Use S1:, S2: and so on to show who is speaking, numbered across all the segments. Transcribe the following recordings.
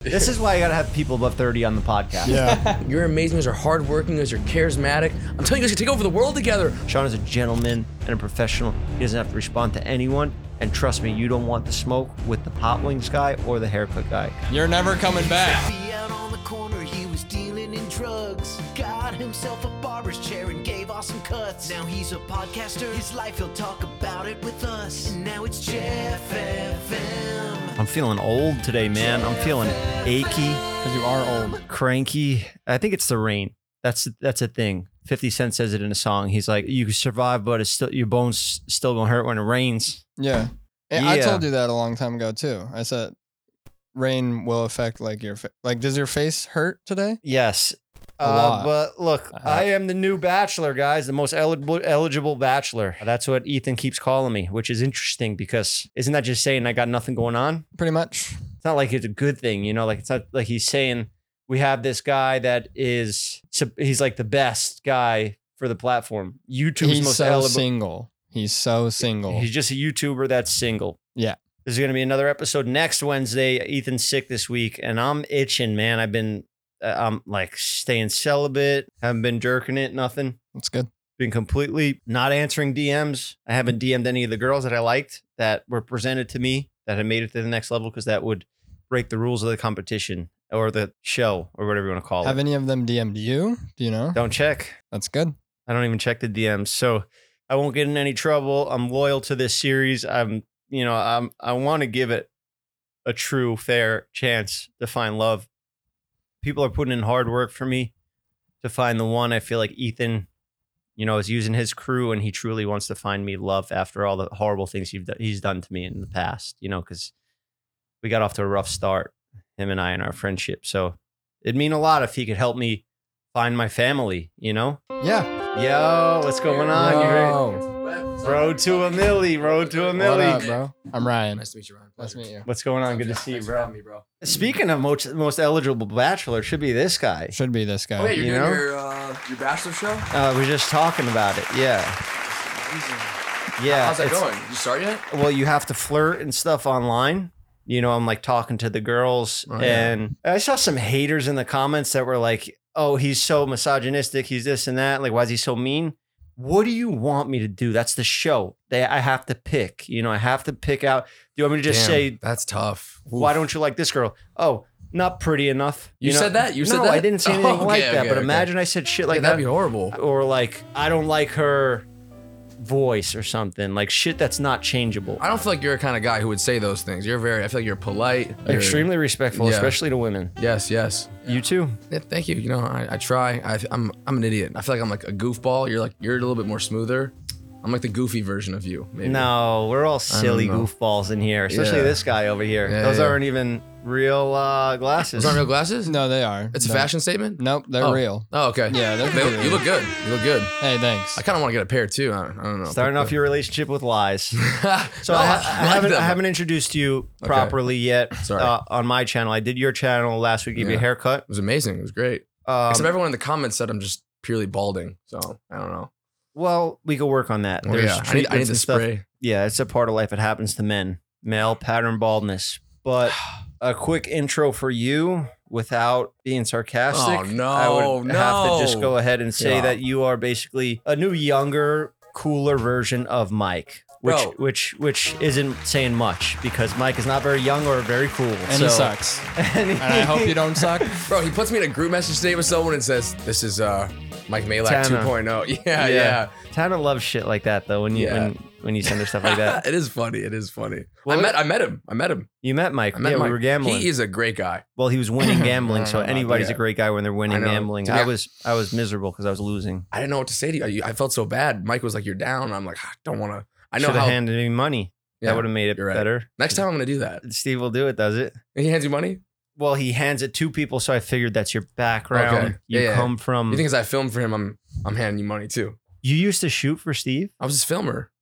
S1: This is why I gotta have people above 30 on the podcast.
S2: Yeah.
S3: You're amazing. You guys are hardworking. You guys are charismatic. I'm telling you, you guys can take over the world together.
S1: Sean is a gentleman and a professional. He doesn't have to respond to anyone. And trust me, you don't want the smoke with the pot wings guy or the haircut guy.
S4: You're never coming back.
S5: Be out on the corner, he was dealing in drugs. Got himself a barber's chair and gave awesome cuts. Now he's a podcaster, his life he'll talk about it with us. And now it's Jeff FM.
S1: I'm feeling old today, man. I'm feeling achy,
S4: Because you are old.
S1: cranky. I think it's the rain. That's that's a thing. 50 Cent says it in a song. He's like, "You can survive, but it's still your bones still gonna hurt when it rains."
S4: Yeah. And I
S1: Yeah.
S4: told you that a long time ago too. I said rain will affect like your fa- like does your face hurt today?
S1: Yes. Uh,
S4: A lot. Uh-huh.
S1: but look, I am the new bachelor, guys, the most eligible, eligible bachelor. That's what Ethan keeps calling me, which is interesting because isn't that just saying I got nothing going on?
S4: Pretty much.
S1: it's not like it's a good thing, you know. Like it's not like he's saying we have this guy that is sup- he's like the best guy for the platform. YouTube's
S4: He's
S1: most
S4: so
S1: eligible.
S4: single. He's so single.
S1: He's just a YouTuber that's single.
S4: Yeah.
S1: There's going to be another episode next Wednesday. Ethan's sick this week, and I'm itching, man. I've been uh, I'm like staying celibate. Haven't been jerking it. Nothing.
S4: That's good.
S1: Been completely not answering DMs. I haven't DM'd any of the girls that I liked that were presented to me that had made it to the next level because that would break the rules of the competition or the show or whatever you want to call
S4: Have
S1: it.
S4: any of them DM'd you? Do you know?
S1: Don't check.
S4: That's good.
S1: I don't even check the DMs, so I won't get in any trouble. I'm loyal to this series. I'm, you know, I'm I want to give it a true fair chance to find love. People are putting in hard work for me to find the one. I feel like Ethan, you know, is using his crew and he truly wants to find me love after all the horrible things he's done, he's done to me in the past, you know, cuz we got off to a rough start him and I in our friendship. So it'd mean a lot if he could help me find my family, you know?
S4: Yeah.
S1: Yo, what's going on? You ready?
S4: Yo.
S1: Road to a millie, road to a
S4: What up,
S1: millie.
S4: bro? I'm Ryan.
S3: Nice to meet you, Ryan.
S4: Nice to meet you.
S1: What's going on? Good to see you,
S3: Thanks for
S1: bro.
S3: having me, bro.
S1: Speaking of most, most eligible bachelor, should be this guy.
S4: Should be this
S3: Oh, yeah,
S4: guy.
S3: you're
S1: You
S3: doing
S1: know?
S3: your, uh, your bachelor show?
S1: Uh, we we're just talking about it. Yeah,
S3: Amazing.
S1: yeah.
S3: How's that
S1: it's-
S3: going? You start yet?
S1: Well, you have to flirt and stuff online. You know, I'm like talking to the girls,
S4: Oh, yeah.
S1: and I saw some haters in the comments that were like, "Oh, he's so misogynistic. He's this and that. Like, why is he so mean?" What do you want me to do? That's the show. They, I have to pick. You know, I have to pick out. Do you want me to just
S3: Damn,
S1: say
S3: That's tough.
S1: Why don't you like this girl? Oh, not pretty enough.
S3: You said that? You said
S1: no,
S3: that?
S1: I didn't say
S3: Oh,
S1: anything
S3: okay,
S1: like that.
S3: okay,
S1: but
S3: okay.
S1: imagine I said shit like
S3: Yeah,
S1: that,
S3: that'd be horrible.
S1: or like I don't like her voice or something like shit that's not changeable.
S3: I don't feel like you're a kind of guy who would say those things. You're very, I feel like you're polite. you're-
S1: Extremely respectful,
S3: Yeah.
S1: especially to women.
S3: Yes, yes.
S1: You too.
S3: Yeah, thank you. You know, I, I try. I, I'm, I'm an idiot. I feel like I'm like a goofball. You're like, you're a little bit more smoother. I'm like the goofy version of you. Maybe.
S1: No, we're all silly
S3: know.
S1: goofballs in here, especially
S3: Yeah.
S1: this guy over here.
S3: Yeah,
S1: Those
S3: yeah.
S1: aren't even real uh, glasses.
S3: Those aren't real glasses?
S4: No, they are.
S3: It's a
S4: No.
S3: fashion statement?
S4: Nope, they're
S3: Oh.
S4: real.
S3: Oh, okay.
S4: Yeah, they're
S3: They-
S4: completely
S3: you look good. You look good.
S4: Hey, thanks.
S3: I kind of want to get a pair too. I, I don't know.
S1: Starting off your relationship with lies. So
S3: No,
S1: I, ha-
S3: like
S1: I haven't, I
S3: them.
S1: haven't introduced you
S3: Okay.
S1: properly yet
S3: Sorry.
S1: uh, on my channel. I did your channel last week, gave you a
S3: Yeah.
S1: haircut.
S3: It was amazing. It was great.
S1: Um,
S3: Except everyone in the comments said I'm just purely balding. So I don't know.
S1: Well, we could work on that.
S3: Well, Oh, yeah, I need, I need
S1: treatments
S3: the
S1: and stuff.
S3: spray.
S1: Yeah, it's a part of life. It happens to men. Male pattern baldness. But a quick intro for you without being sarcastic.
S3: Oh, no,
S1: I would have to just
S3: no.
S1: go ahead and say
S3: Yeah.
S1: that you are basically a new, younger, cooler version of Mike. Which,
S3: Bro.
S1: which which isn't saying much because Mike is not very young or very cool.
S4: and he sucks. and I hope you don't suck.
S3: Bro, he puts me in a group message today with someone and says, This is uh Mike Malak
S1: Tanner.
S3: 2.0. Yeah, yeah.
S1: Tana loves shit like that though. When you
S3: Yeah.
S1: when when you send her stuff like that.
S3: it is funny. It is funny.
S1: Well,
S3: I met I met him. I met him.
S1: You met Mike.
S3: I met
S1: yeah,
S3: Mike.
S1: we were gambling.
S3: He is a great guy.
S1: well, he was winning gambling, so
S3: No, no, no,
S1: anybody's
S3: yeah.
S1: a great guy when they're winning
S3: I know.
S1: gambling.
S3: To be
S1: I
S3: hon-
S1: was I was miserable because I was losing.
S3: I didn't know what to say to you. I, I felt so bad. Mike was like, You're down. I'm like, I don't wanna I know
S1: Should have
S3: how
S1: handed me money.
S3: yeah.
S1: that would have made it
S3: you're right.
S1: better.
S3: next time I'm gonna do that.
S1: Steve will do it, does it?
S3: He hands you money?
S1: Well, he hands it to people, so I figured that's your background.
S3: Okay.
S1: You
S3: Yeah, yeah.
S1: come from.
S3: You
S1: You,
S3: think as I film for him, I'm I'm handing you money too.
S1: used to shoot for Steve.
S3: I was his filmer.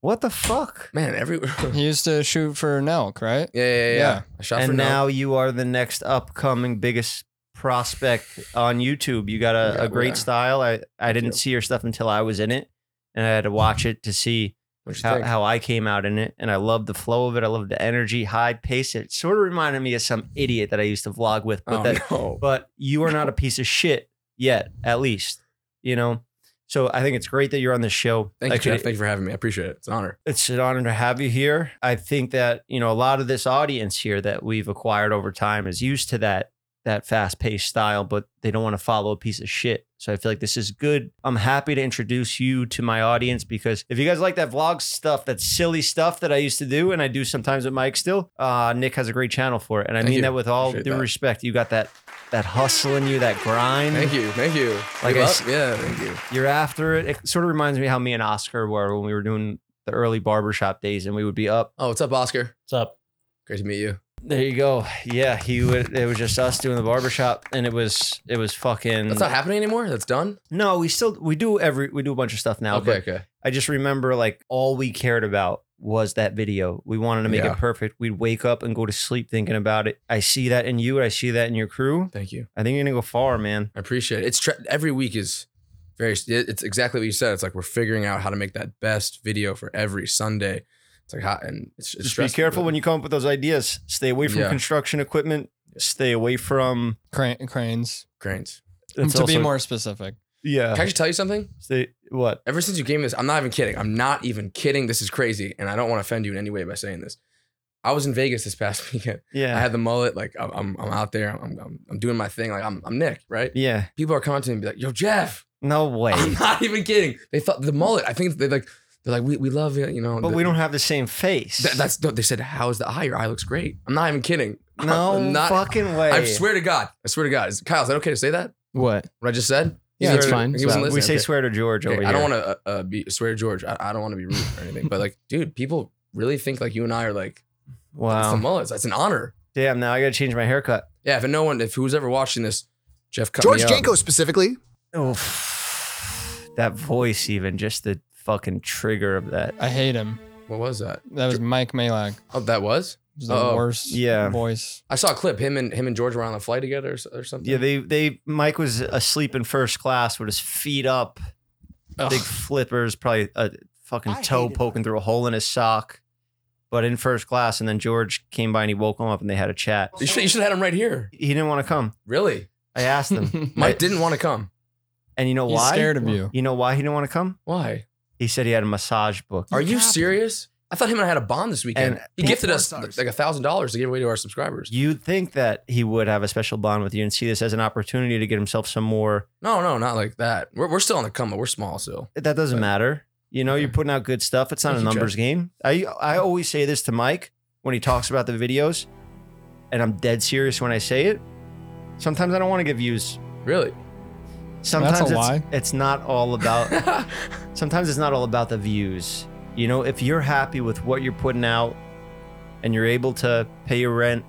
S1: What the fuck?
S3: Man, every yeah,
S4: He used to shoot for Nelk, right?
S3: yeah, yeah,
S4: Yeah.
S3: yeah. I shot for
S1: and
S3: Nel.
S1: now you are the next upcoming biggest prospect on YouTube. You got a,
S3: Yeah,
S1: a great
S3: yeah.
S1: style. I I didn't
S3: you.
S1: see your stuff until I was in it, and I had to watch it to see
S3: What you
S1: how,
S3: think?
S1: how I came out in it. And I loved the flow of it. I loved the energy, high pace. It sort of reminded me of some idiot that I used to vlog with. But
S3: oh,
S1: that
S3: no.
S1: but you are not a piece of shit yet, at least. You know? So I think it's great that you're on this show.
S3: Thank you,
S1: Actually,
S3: Jeff. Thank you for having me. I appreciate it. It's an honor.
S1: it's an honor to have you here. I think that you know a lot of this audience here that we've acquired over time is used to that that fast paced style, but they don't want to follow a piece of shit. So I feel like this is good. I'm happy to introduce you to my audience because if you guys like that vlog stuff, that silly stuff that I used to do and I do sometimes with Mike still, uh, Nick has a great channel for it, and I
S3: Thank
S1: mean
S3: you.
S1: that with all
S3: Appreciate
S1: due
S3: that.
S1: respect. You got that that hustle in you, that grind.
S3: Thank you. Thank you.
S1: Like
S3: Good
S1: I
S3: luck.
S1: s-
S3: yeah. Thank you.
S1: You're after it. It sort of reminds me how me and Oscar were when we were doing the early barbershop days, and we would be up
S3: Oh, what's up, Oscar?
S2: What's up?
S3: Great to meet you.
S1: There you go. Yeah, he would. It was just us doing the barbershop, and it was it was fucking.
S3: That's not happening anymore. That's done.
S1: no, we still we do every we do a bunch of stuff now.
S3: okay.
S1: But
S3: Okay.
S1: I just remember like all we cared about was that video. We wanted to make
S3: Yeah.
S1: it perfect. We'd wake up and go to sleep thinking about it. I see that in you. I see that in your crew.
S3: Thank you.
S1: I think you're gonna go far, man.
S3: I appreciate it. It's tra- every week is very. It's exactly what you said. It's like we're figuring out how to make that best video for every Sunday. It's like hot and it's
S1: Just be careful when you come up with those ideas. Stay away from
S3: Yeah.
S1: construction equipment. Stay away from.
S4: Cran- cranes.
S3: grains.
S1: that's
S4: to be
S1: also-
S4: more specific.
S1: yeah.
S3: Can I just tell you something?
S1: Stay what?
S3: Ever since you gave me this, I'm not even kidding. I'm not even kidding. This is crazy, and I don't want to offend you in any way by saying this. I was in Vegas this past weekend. I
S1: Yeah.
S3: had the mullet. Like I'm, I'm, I'm out there. I'm, I'm, I'm doing my thing. Like I'm, I'm Nick, right?
S1: yeah.
S3: People are coming to me and be like, "Yo, Jeff."
S1: No way.
S3: I'm not even kidding. They thought the mullet. I think they like. They're like, "We, we love it," you know.
S1: But
S3: the-
S1: we don't have the same face.
S3: That, that's no, they said, "How's the eye? Your eye looks great." I'm not even kidding.
S1: No
S3: I'm not.
S1: fucking way.
S3: I swear to God. I swear to God. Is, Kyle, is that okay to say that?
S4: What?
S3: What I just said?
S4: Yeah,
S3: He
S4: it's
S3: wasn't-
S4: fine.
S3: He wasn't
S1: we say
S3: listening.
S1: swear to George
S3: Okay.
S1: over here.
S3: Okay, I don't want to uh, uh, be swear to George. I, I don't want to be rude or anything. But like, dude, people really think like you and I are like it's the
S1: Wow.
S3: mullets. That's an honor.
S1: Damn. Now I got to change my haircut.
S3: Yeah. If no one, if who's ever watching this, Jeff, cut
S6: George
S3: me up.
S6: Janko specifically.
S1: Oh, that voice, even just the fucking trigger of that.
S4: I hate him.
S3: What was that?
S4: That was Mike Malak.
S3: Oh, that was.
S4: He's the
S3: Oh,
S4: worst
S1: yeah.
S4: voice.
S3: I saw a clip. Him and him and George were on a flight together or, s- or something.
S1: Yeah, they they Mike was asleep in first class with his feet up, big flippers, probably a fucking
S5: I
S1: toe
S5: hated
S1: poking through a hole in his sock. But in first class, and then George came by and he woke him up and they had a chat.
S3: You should you should have had him right here.
S1: He didn't want to come.
S3: Really?
S1: I asked him,
S3: Mike didn't want to come.
S1: and you know
S4: He's
S1: why?
S4: scared of you.
S1: You know why he didn't want to come?
S3: Why?
S1: He said he had a massage book.
S3: Are you
S5: Copy.
S3: serious? I thought him and I had a bond this weekend.
S1: And-
S3: he gifted
S5: Porn
S3: us
S5: stars.
S3: like a thousand dollars to give away to our subscribers.
S1: You'd think that he would have a special bond with you and see this as an opportunity to get himself some more.
S3: No, no, not like that. We're, we're still on the come up. We're small still.
S1: That doesn't matter. You know, you're putting out good stuff. It's not
S3: Thank
S1: a
S3: you, Jeff.
S1: numbers game. I I always say this to Mike when he talks about the videos, and I'm dead serious when I say it. Sometimes I don't want to get views.
S3: Really?
S1: Sometimes
S4: a
S1: it's,
S4: lie.
S1: it's not all about sometimes it's not all about the views. You know, if you're happy with what you're putting out and you're able to pay your rent,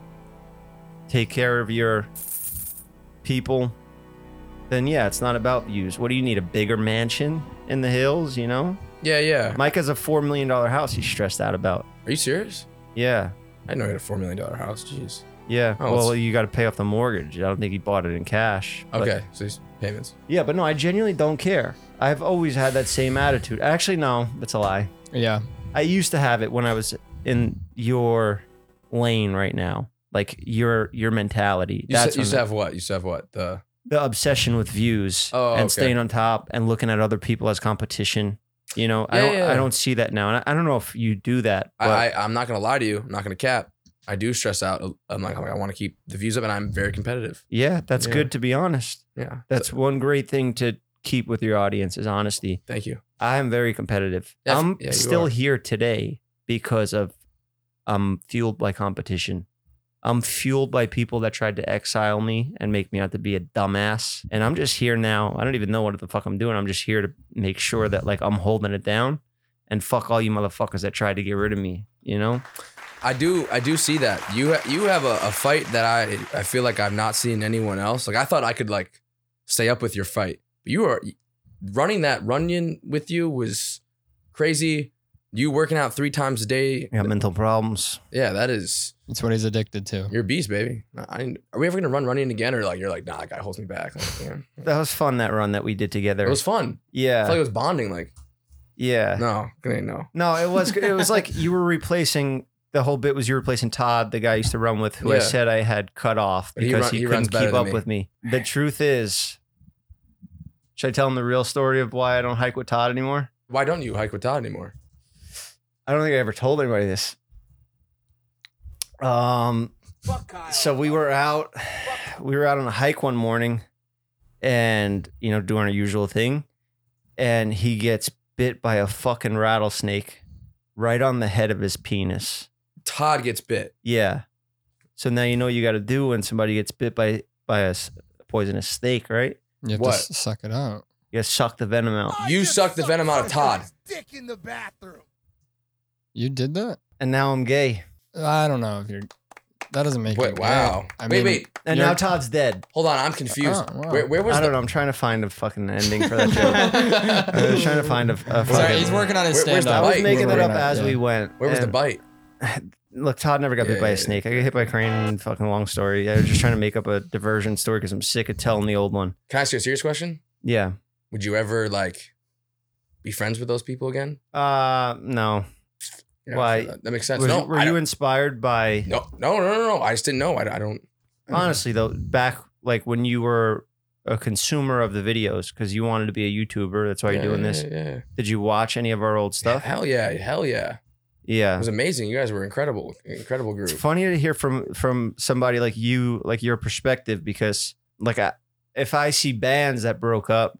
S1: take care of your people, then yeah, it's not about views. What do you need? A bigger mansion in the hills, you know?
S3: yeah, yeah.
S1: Mike has a $4 million house he's stressed out about.
S3: Are you serious?
S1: Yeah.
S3: I know you had a four million dollar house. Jeez.
S1: Yeah.
S3: Oh,
S1: well,
S3: it's-
S1: you got to pay off the mortgage. I don't think he bought it in cash. but-
S3: Okay, so these payments.
S1: yeah, but no, I genuinely don't care. I've always had that same attitude. Actually, no, that's a lie.
S4: Yeah.
S1: I used to have it when I was in your lane right now. Like your your mentality.
S3: You
S1: That's
S3: said, you
S1: when
S3: used to have what? You used to have what? The
S1: the obsession with views
S3: Oh,
S1: and
S3: okay.
S1: staying on top and looking at other people as competition. You know, I
S3: Yeah,
S1: don't
S3: yeah,
S1: I
S3: yeah.
S1: don't see that now. And I, I don't know if you do that, but
S3: I, I I'm not gonna lie to you. I'm not gonna cap. I do stress out. I'm like, I'm like, I want to keep the views up, and I'm very competitive.
S1: yeah, that's
S3: Yeah.
S1: good to be honest.
S3: Yeah.
S1: That's one great thing to keep with your audience is honesty.
S3: Thank you.
S1: I am very competitive.
S3: That's-
S1: I'm
S3: yeah, you
S1: still
S3: are.
S1: here today because of I'm fueled by competition. I'm fueled by people that tried to exile me and make me out to be a dumbass. And I'm just here now. I don't even know what the fuck I'm doing. I'm just here to make sure that like I'm holding it down and fuck all you motherfuckers that tried to get rid of me, you know?
S3: I do, I do see that you ha- you have a, a fight that I I feel like I've not seen anyone else. Like I thought I could like stay up with your fight, but you are running that runyon with you was crazy. You working out three times a day,
S1: I got mental problems.
S3: yeah, that is
S4: That's what he's addicted to.
S3: you're a beast, baby. I, I- are we ever gonna run running again, or like you're like nah, that guy holds me back. Like, yeah.
S1: That was fun that run that we did together.
S3: It was fun. I
S1: yeah.
S3: felt like it was bonding. Like
S1: Yeah.
S3: No, it ain't no.
S1: No, it was it was like you were replacing the whole bit was you were replacing Todd, the guy I used to run with, who I
S3: Yeah.
S1: said I had cut off
S3: But he
S1: because
S3: run-
S1: he,
S3: he runs
S1: couldn't
S3: better
S1: keep
S3: than
S1: up
S3: me.
S1: with me. The truth is, should I tell him the real story of why I don't hike with Todd anymore?
S3: Why don't you hike with Todd anymore?
S1: I don't think I ever told anybody this. Um, so we were out, we were out on a hike one morning, and you know doing our usual thing, and he gets bit by a fucking rattlesnake, right on the head of his penis.
S3: Todd gets bit.
S1: Yeah. So now you know what you got to do when somebody gets bit by by a s- poisonous snake, right?
S4: You have
S3: What?
S4: to s- suck it out.
S1: You got to suck the venom out.
S2: I
S3: You
S2: just
S3: sucked the
S2: sucked
S3: venom out of
S2: Todd's
S3: Todd.
S2: Dick in the bathroom.
S4: You did that?
S1: And now I'm gay.
S4: I don't know if you're. That doesn't make
S3: Wait,
S4: it.
S3: wow.
S4: I
S3: wait,
S4: mean,
S3: wait.
S1: And
S4: You're-
S1: now Todd's dead.
S3: Hold on. I'm confused.
S4: Oh, wow.
S3: Where, where was
S1: I
S3: the
S1: don't know. I'm trying to find a fucking ending for that joke. I was trying to find a, a fucking.
S4: Sorry, he's working on his
S3: Where- where's
S4: stand
S3: the
S1: I
S4: up.
S1: was
S3: bite?
S1: making that
S4: We're
S1: up
S4: not-
S1: as
S4: yeah.
S1: we went.
S3: Where was the
S1: And-
S3: bite?
S1: Look, Todd never got
S3: Yeah,
S1: bit by
S3: yeah,
S1: a snake. I got hit by a crane. And fucking long story. I was just trying to make up a diversion story because I'm sick of telling the old one.
S3: Can I ask you a serious question?
S1: Yeah.
S3: Would you ever like be friends with those people again?
S1: Uh, no.
S3: Yeah,
S1: Why?
S3: That, that makes sense.
S1: Was,
S3: no,
S1: were
S3: I
S1: you
S3: don't-
S1: inspired by?
S3: no, no, no, no, no. I just didn't know. I, I don't.
S1: honestly though back like when you were a consumer of the videos because you wanted to be a youtuber that's why you're
S3: Yeah,
S1: doing this
S3: Yeah, yeah.
S1: did you watch any of our old stuff
S3: Hell yeah, hell yeah. It
S1: yeah
S3: was amazing. You guys were incredible, incredible group.
S1: it's funny to hear from from somebody like you like your perspective because like I, if i see bands that broke up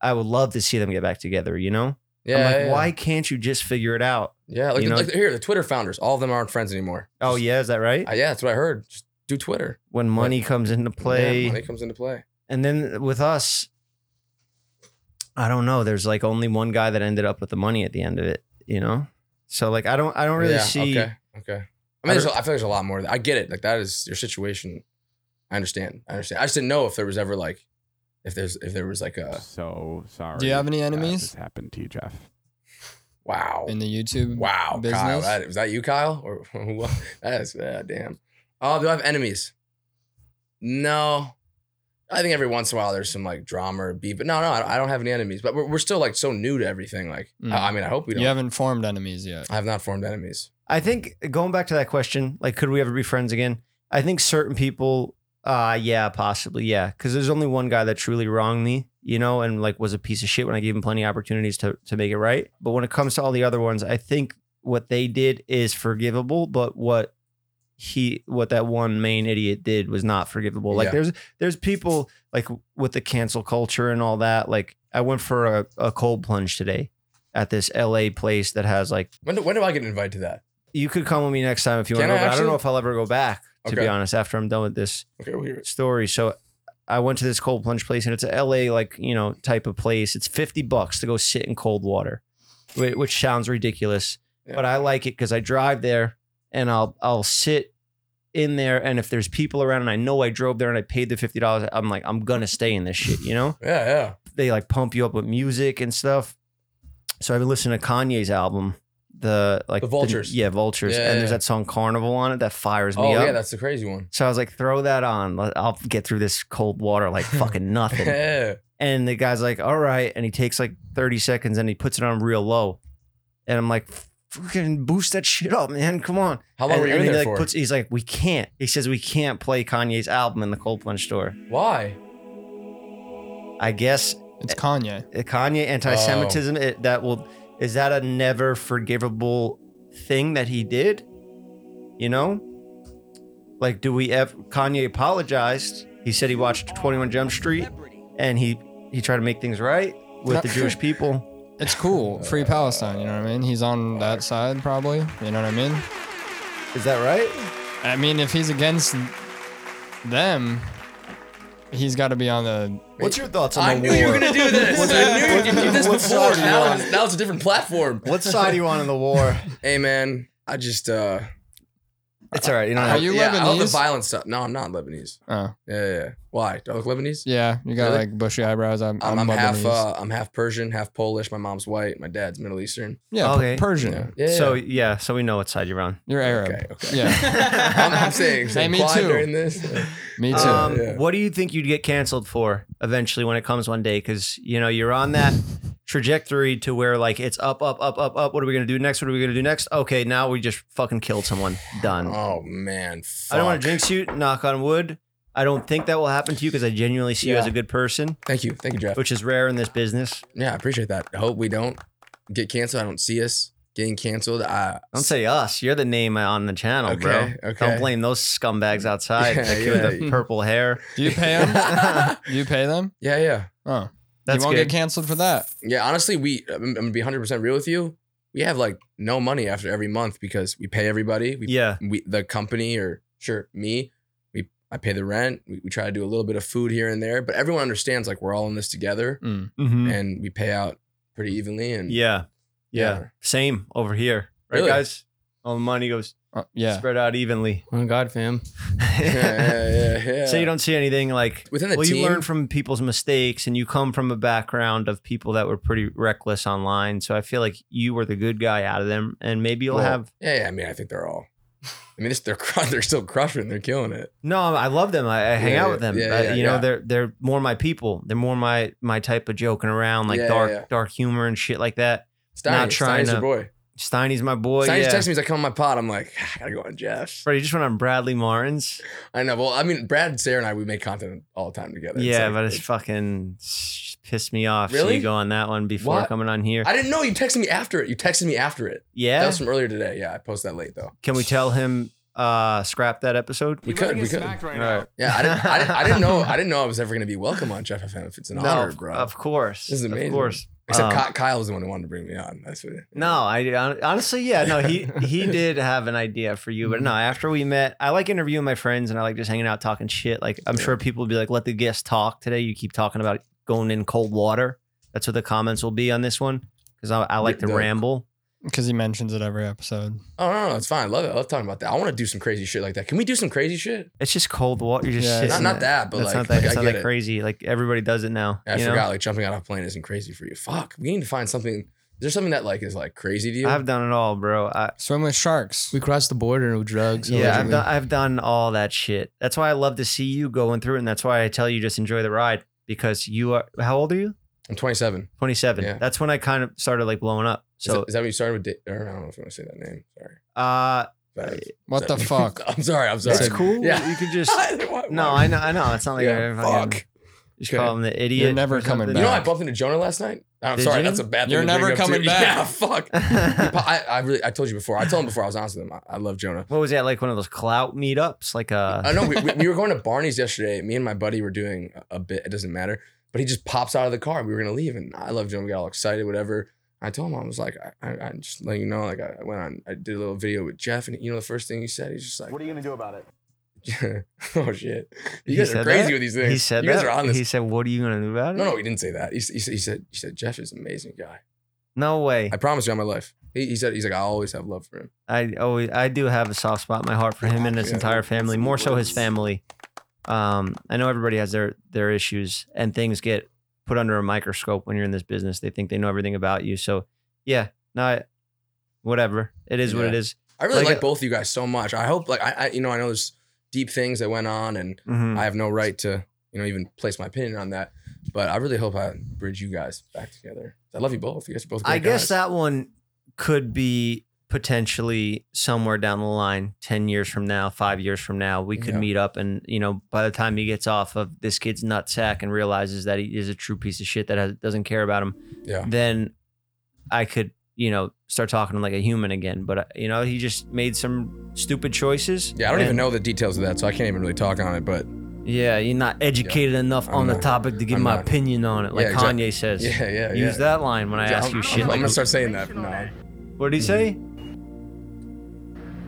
S1: i would love to see them get back together you know
S3: Yeah,
S1: i'm like
S3: yeah, yeah.
S1: why can't you just figure it out
S3: Yeah, like,
S1: You
S3: the-
S1: know-
S3: like the- here, the Twitter founders, all of them aren't friends anymore.
S1: oh yeah is that right
S3: Uh, yeah, that's what I heard. Just do Twitter.
S1: when money comes into play
S3: yeah, money comes into play.
S1: and then with us i don't know there's like only one guy that ended up with the money at the end of it you know so like i don't i don't really
S3: yeah,
S1: see
S3: Okay, okay. I mean,
S1: I
S3: there's, a- I feel there's a lot more. That, I get it. Like that is your situation. I understand. I understand. I just didn't know if there was ever like, if there's if there was like a
S6: Uh, so sorry.
S4: Do you have any
S6: that
S4: enemies
S6: This happened to you, Jeff.
S3: wow,
S4: in the
S1: Mm,
S4: YouTube?
S3: wow, Kyle.
S4: business?
S3: That, was that you, Kyle, or who was- that is uh, damn. Oh, do I have enemies? No. I think every once in a while there's some like drama or beef, but no, no, I I don't have any enemies. But we're, we're still like so new to everything. Like,
S4: Mm.
S3: I, I mean, I hope we don't.
S4: You haven't formed enemies yet.
S3: I have not formed enemies.
S1: i think going back to that question like could we ever be friends again i think certain people uh yeah possibly yeah because there's only one guy that truly wronged me you know and like was a piece of shit when i gave him plenty of opportunities to to make it right but when it comes to all the other ones i think what they did is forgivable but what he what that one main idiot did was not forgivable. Like
S3: Yeah.
S1: there's there's people like with the cancel culture and all that. Like I went for a, a cold plunge today at this LA place that has like
S3: When do, when do I get invited to that?
S1: you could come with me next time if you
S3: Can
S1: want to.
S3: I
S1: But I don't
S3: actually?
S1: know if I'll ever go back to be
S3: Okay.
S1: honest after I'm done with this
S3: Okay, well, here-
S1: story. So I went to this cold plunge place and it's a LA like, you know, type of place. It's 50 bucks to go sit in cold water, whi- which sounds ridiculous,
S3: Yeah.
S1: but I like it cuz I drive there and I'll I'll sit in there and if there's people around and I know I drove there and I paid the $50, I'm like I'm going to stay in this shit, you know?
S3: yeah, yeah.
S1: They like pump you up with music and stuff. So I've been listening to Kanye's album, the like
S3: The Vultures.
S1: yeah, Vultures.
S3: Yeah,
S1: and
S3: yeah,
S1: there's
S3: yeah.
S1: that song Carnival on it that fires me
S3: Oh
S1: up.
S3: yeah, that's the crazy one.
S1: So I was like, throw that on. Let- I'll get through this cold water like fucking nothing.
S3: Yeah.
S1: and the guy's like, all right. And he takes like 30 seconds and he puts it on real low. And I'm like, fucking boost that shit up, man. Come on.
S3: How long
S1: and,
S3: were you
S1: and
S3: in
S1: he
S3: there
S1: like
S3: for?
S1: puts he's like, we can't. He says we can't play Kanye's album in the cold plunge store.
S3: Why?
S1: I guess
S4: It's Kanye.
S1: uh, Kanye anti-Semitism it, that will is that a never forgivable thing that he did? You know, like do we ever? Kanye apologized. He said he watched Twenty One Jump Street, and he he tried to make things right with the Jewish people.
S4: It's cool. Free Palestine. You know what I mean? He's on that side probably. You know what I mean?
S1: Is that right?
S4: I mean, if he's against them, he's got to be on the.
S1: What's your thoughts on
S3: I
S1: the
S3: knew
S1: war?
S3: you were gonna do this.
S1: What's
S3: I knew you were gonna do this
S1: What's
S3: before.
S1: up,
S3: Now,
S1: Elon?
S3: it's- now it's a different platform.
S1: what side are you on in the war?
S3: Hey man, I just uh.
S1: It's all right. You don't
S4: Are
S1: have,
S4: you
S3: yeah, I love the
S4: Lebanese?
S3: violent stuff. No, I'm not Lebanese.
S4: Oh,
S3: Yeah, yeah. yeah. Why? Do I look Lebanese?
S4: yeah. You got
S3: Really?
S4: like bushy eyebrows. I'm,
S3: I'm, I'm half
S4: Lebanese.
S3: uh, I'm half Persian, half Polish. My mom's white. My dad's Middle Eastern.
S4: yeah, Per-
S1: okay.
S4: Persian.
S3: Yeah.
S1: So yeah, so we know what side you're on.
S4: You're Arab.
S3: Okay, okay.
S4: Yeah,
S3: I'm, I'm saying, saying
S4: me
S3: quiet
S4: too.
S3: during this.
S4: me too.
S1: Um,
S3: Yeah.
S1: What do you think you'd get canceled for eventually when it comes one day? Because you know you're on that trajectory to where like it's up, up, up, up, up. What are we gonna do next? What are we gonna do next? Okay, now we just fucking killed someone. Done.
S3: Oh man, fuck.
S1: I don't want to jinx you. Knock on wood. I don't think that will happen to you because I genuinely see you as
S3: Yeah.
S1: a good person,
S3: Thank you, thank you, Jeff.
S1: which is rare in this business.
S3: Yeah, I appreciate that. I hope we don't get canceled. I don't see us getting canceled. I
S1: Don't say us. You're the name on the channel,
S3: okay,
S1: bro.
S3: okay.
S1: Don't blame those scumbags outside
S3: Yeah,
S1: the kid with the
S4: yeah.
S1: purple hair.
S4: Do you pay them?
S3: yeah,
S4: Do you pay them?
S3: yeah,
S4: Oh,
S1: That's
S4: you won't
S1: good.
S4: get canceled for that.
S3: yeah. Honestly, we I'm, I'm gonna be 100 percent real with you. We have like no money after every month because we pay everybody. We,
S1: yeah,
S3: we the company or sure me. We I pay the rent. We, we try to do a little bit of food here and there, but everyone understands like we're all in this together
S4: Mm.
S1: Mhm.
S3: and we pay out pretty evenly. And
S1: yeah, yeah,
S3: Yeah.
S1: Same over here, right,
S3: Mm. Really?
S1: guys? All the money goes
S4: Uh, yeah.
S1: spread out evenly.
S2: Oh God, fam.
S3: yeah, yeah, yeah.
S1: So you don't see anything like
S3: within the
S1: well,
S3: team.
S1: you learn from people's mistakes, and you come from a background of people that were pretty reckless online. So I feel like you were the good guy out of them, and maybe you'll
S3: Well,
S1: have.
S3: Yeah, yeah. I mean, I think they're all. I mean, it's, they're cru- they're still crushing. They're killing it.
S1: No, I love them. I, I hang
S3: Yeah,
S1: out with them.
S3: yeah,
S1: I-
S3: yeah,
S1: you know,
S3: yeah.
S1: they're they're more my people. They're more my my type of joking around, like
S3: Yeah,
S1: dark
S3: yeah.
S1: dark humor and shit like that.
S3: Steiny,
S1: Not trying
S3: Steiny's
S1: to-
S3: your boy.
S1: Steiny's my boy.
S3: Steiny's
S1: yeah.
S3: texting me. He's like, "Come on my pod." I'm like, "Ah, "I gotta go on Jeff's."
S1: Bro, you just went on Bradley Martin's.
S3: I know. Well, I mean, Brad, Sarah, and I we make content all the time together. It's
S1: yeah,
S3: like-
S1: but it's fucking s- pissed me off. So
S3: Really?
S1: you go on that one before
S3: What?
S1: coming on here.
S3: I didn't know you texted me after it. You texted me after it.
S1: yeah.
S3: That was from earlier today. Yeah, I posted that late though.
S1: Can we tell him uh scrap that episode?
S3: We could. We could.
S1: All right.
S3: Yeah, I didn't. I didn't, I didn't know. I didn't know I was ever gonna be welcome on Jeff FM. It's an
S1: No,
S3: honor, bro.
S1: Of course.
S3: This is amazing.
S1: Of course.
S3: Except
S1: um,
S3: Ky- Kyle was the one who wanted to bring me on. That's what.
S1: No, I hon- honestly, yeah, no, he he did have an idea for you, but no,
S3: Mm-hmm.
S1: after we met, I like interviewing my friends and I like just hanging out talking shit. Like I'm sure people will be like, "Let the guests talk today." You keep talking about going in cold water. That's what the comments will be on this one because I, I like to
S3: The-
S1: ramble.
S4: Because he mentions it every episode.
S3: Oh no, no, it's fine. I love it. I love talking about that. I want to do some crazy shit like that. Can we do some crazy shit?
S1: It's just cold water. You're just
S4: Yeah,
S1: sitting
S3: Not,
S4: Isn't
S3: not
S1: there.
S3: that, but
S1: That's
S3: like,
S1: not that.
S3: like,
S1: it's
S3: I
S1: not
S3: get
S1: that
S3: it.
S1: crazy. Like everybody does it now.
S3: I
S1: you know?
S3: forgot like jumping out of a plane isn't crazy for you. Fuck, we need to find something. Is there something that like is like crazy to you?
S1: I've done it all, bro. I,
S4: Swim with sharks.
S2: We crossed the border with drugs.
S1: yeah, I've
S2: allegedly.
S1: done, I've done all that shit. That's why I love to see you going through it, and that's why I tell you just enjoy the ride because you are. How old are you?
S3: I'm 27.
S1: 27.
S3: Yeah.
S1: That's when I kind of started like blowing up.
S3: So is
S1: So,
S3: that, is that when you started with? Da- or I don't know if I want to say that name. Sorry.
S1: uh,
S3: But-
S4: What the
S3: but-
S4: fuck?
S3: I'm sorry. I'm sorry.
S1: it's cool.
S3: Yeah.
S1: You could just, no, I know, I know. It's not like
S3: Yeah,
S1: I fucking-
S3: fuck.
S1: just call him the idiot.
S4: You're never
S1: or
S4: coming
S1: something.
S3: You know, I
S4: back.
S3: bumped into Jonah last night. Uh, I'm
S1: Did
S3: sorry.
S1: you?
S3: That's a bad. thing
S4: You're
S3: to bring
S4: never
S3: up to-
S4: coming back.
S3: Yeah. Fuck. I, I really. I told you before. I told him before. I was honest with him. I, I love Jonah.
S1: what was that? Like one of those clout meetups? Like, uh,
S3: I know we, we, we were going to Barney's yesterday. Me and my buddy were doing a- a bit. It doesn't matter. But he just pops out of the car. We were gonna leave, and I loved him. We got all excited, whatever. I told him I was like, I, I, I just letting you know, like I went on, I did a little video with Jeff, and you know the first thing he said, he's just like,
S5: are you gonna do about it?
S3: "Oh shit,
S1: He
S3: you guys
S1: said
S3: are crazy
S1: that?
S3: with these things."
S1: he said
S3: you guys
S1: that.
S3: are on this.
S1: He said, What are you going to do about it?
S3: no, no, he didn't say that. He, s- he, said- he said, he said, Jeff is an amazing guy.
S1: No way.
S3: I promise you, on my life, he, he said, he's like, I always have love for him.
S1: I always I do have a soft spot in my heart for him and his
S3: Yeah.
S1: entire family, more so his family. Um, I know everybody has their their issues and things get put under a microscope when you're in this business. They think they know everything about you. So yeah, no, I, whatever. It is what it
S3: Yeah.
S1: is.
S3: I really
S1: Like,
S3: like,
S1: uh,
S3: both of you guys so much. I hope, like, I, I, you know, I know there's deep things that went on, and
S1: Mhm.
S3: I have no right to, you know, even place my opinion on that. But I really hope I bridge you guys back together. I love you both. You guys are both. Great
S1: I guess
S3: guys.
S1: that one could be potentially somewhere down the line, ten years from now, five years from now, we could
S3: Yeah.
S1: meet up and you know, by the time he gets off of this kid's nutsack and realizes that he is a true piece of shit that has, doesn't care about him,
S3: Yeah.
S1: then I could, you know, start talking like a human again. But uh, you know, he just made some stupid choices.
S3: Yeah, I don't
S1: and-
S3: even know the details of that, so I can't even really talk on it. But
S1: Yeah, you're not educated enough
S3: I'm
S1: on the
S3: not.
S1: topic to give
S3: I'm
S1: my
S3: not.
S1: opinion on it, like
S3: Yeah, exact-
S1: Kanye says.
S3: yeah, yeah, yeah.
S1: Use that line when I
S3: Yeah,
S1: ask
S3: I'm,
S1: you shit.
S3: I'm,
S1: Like,
S3: gonna start saying that. from now on.
S1: what did he say?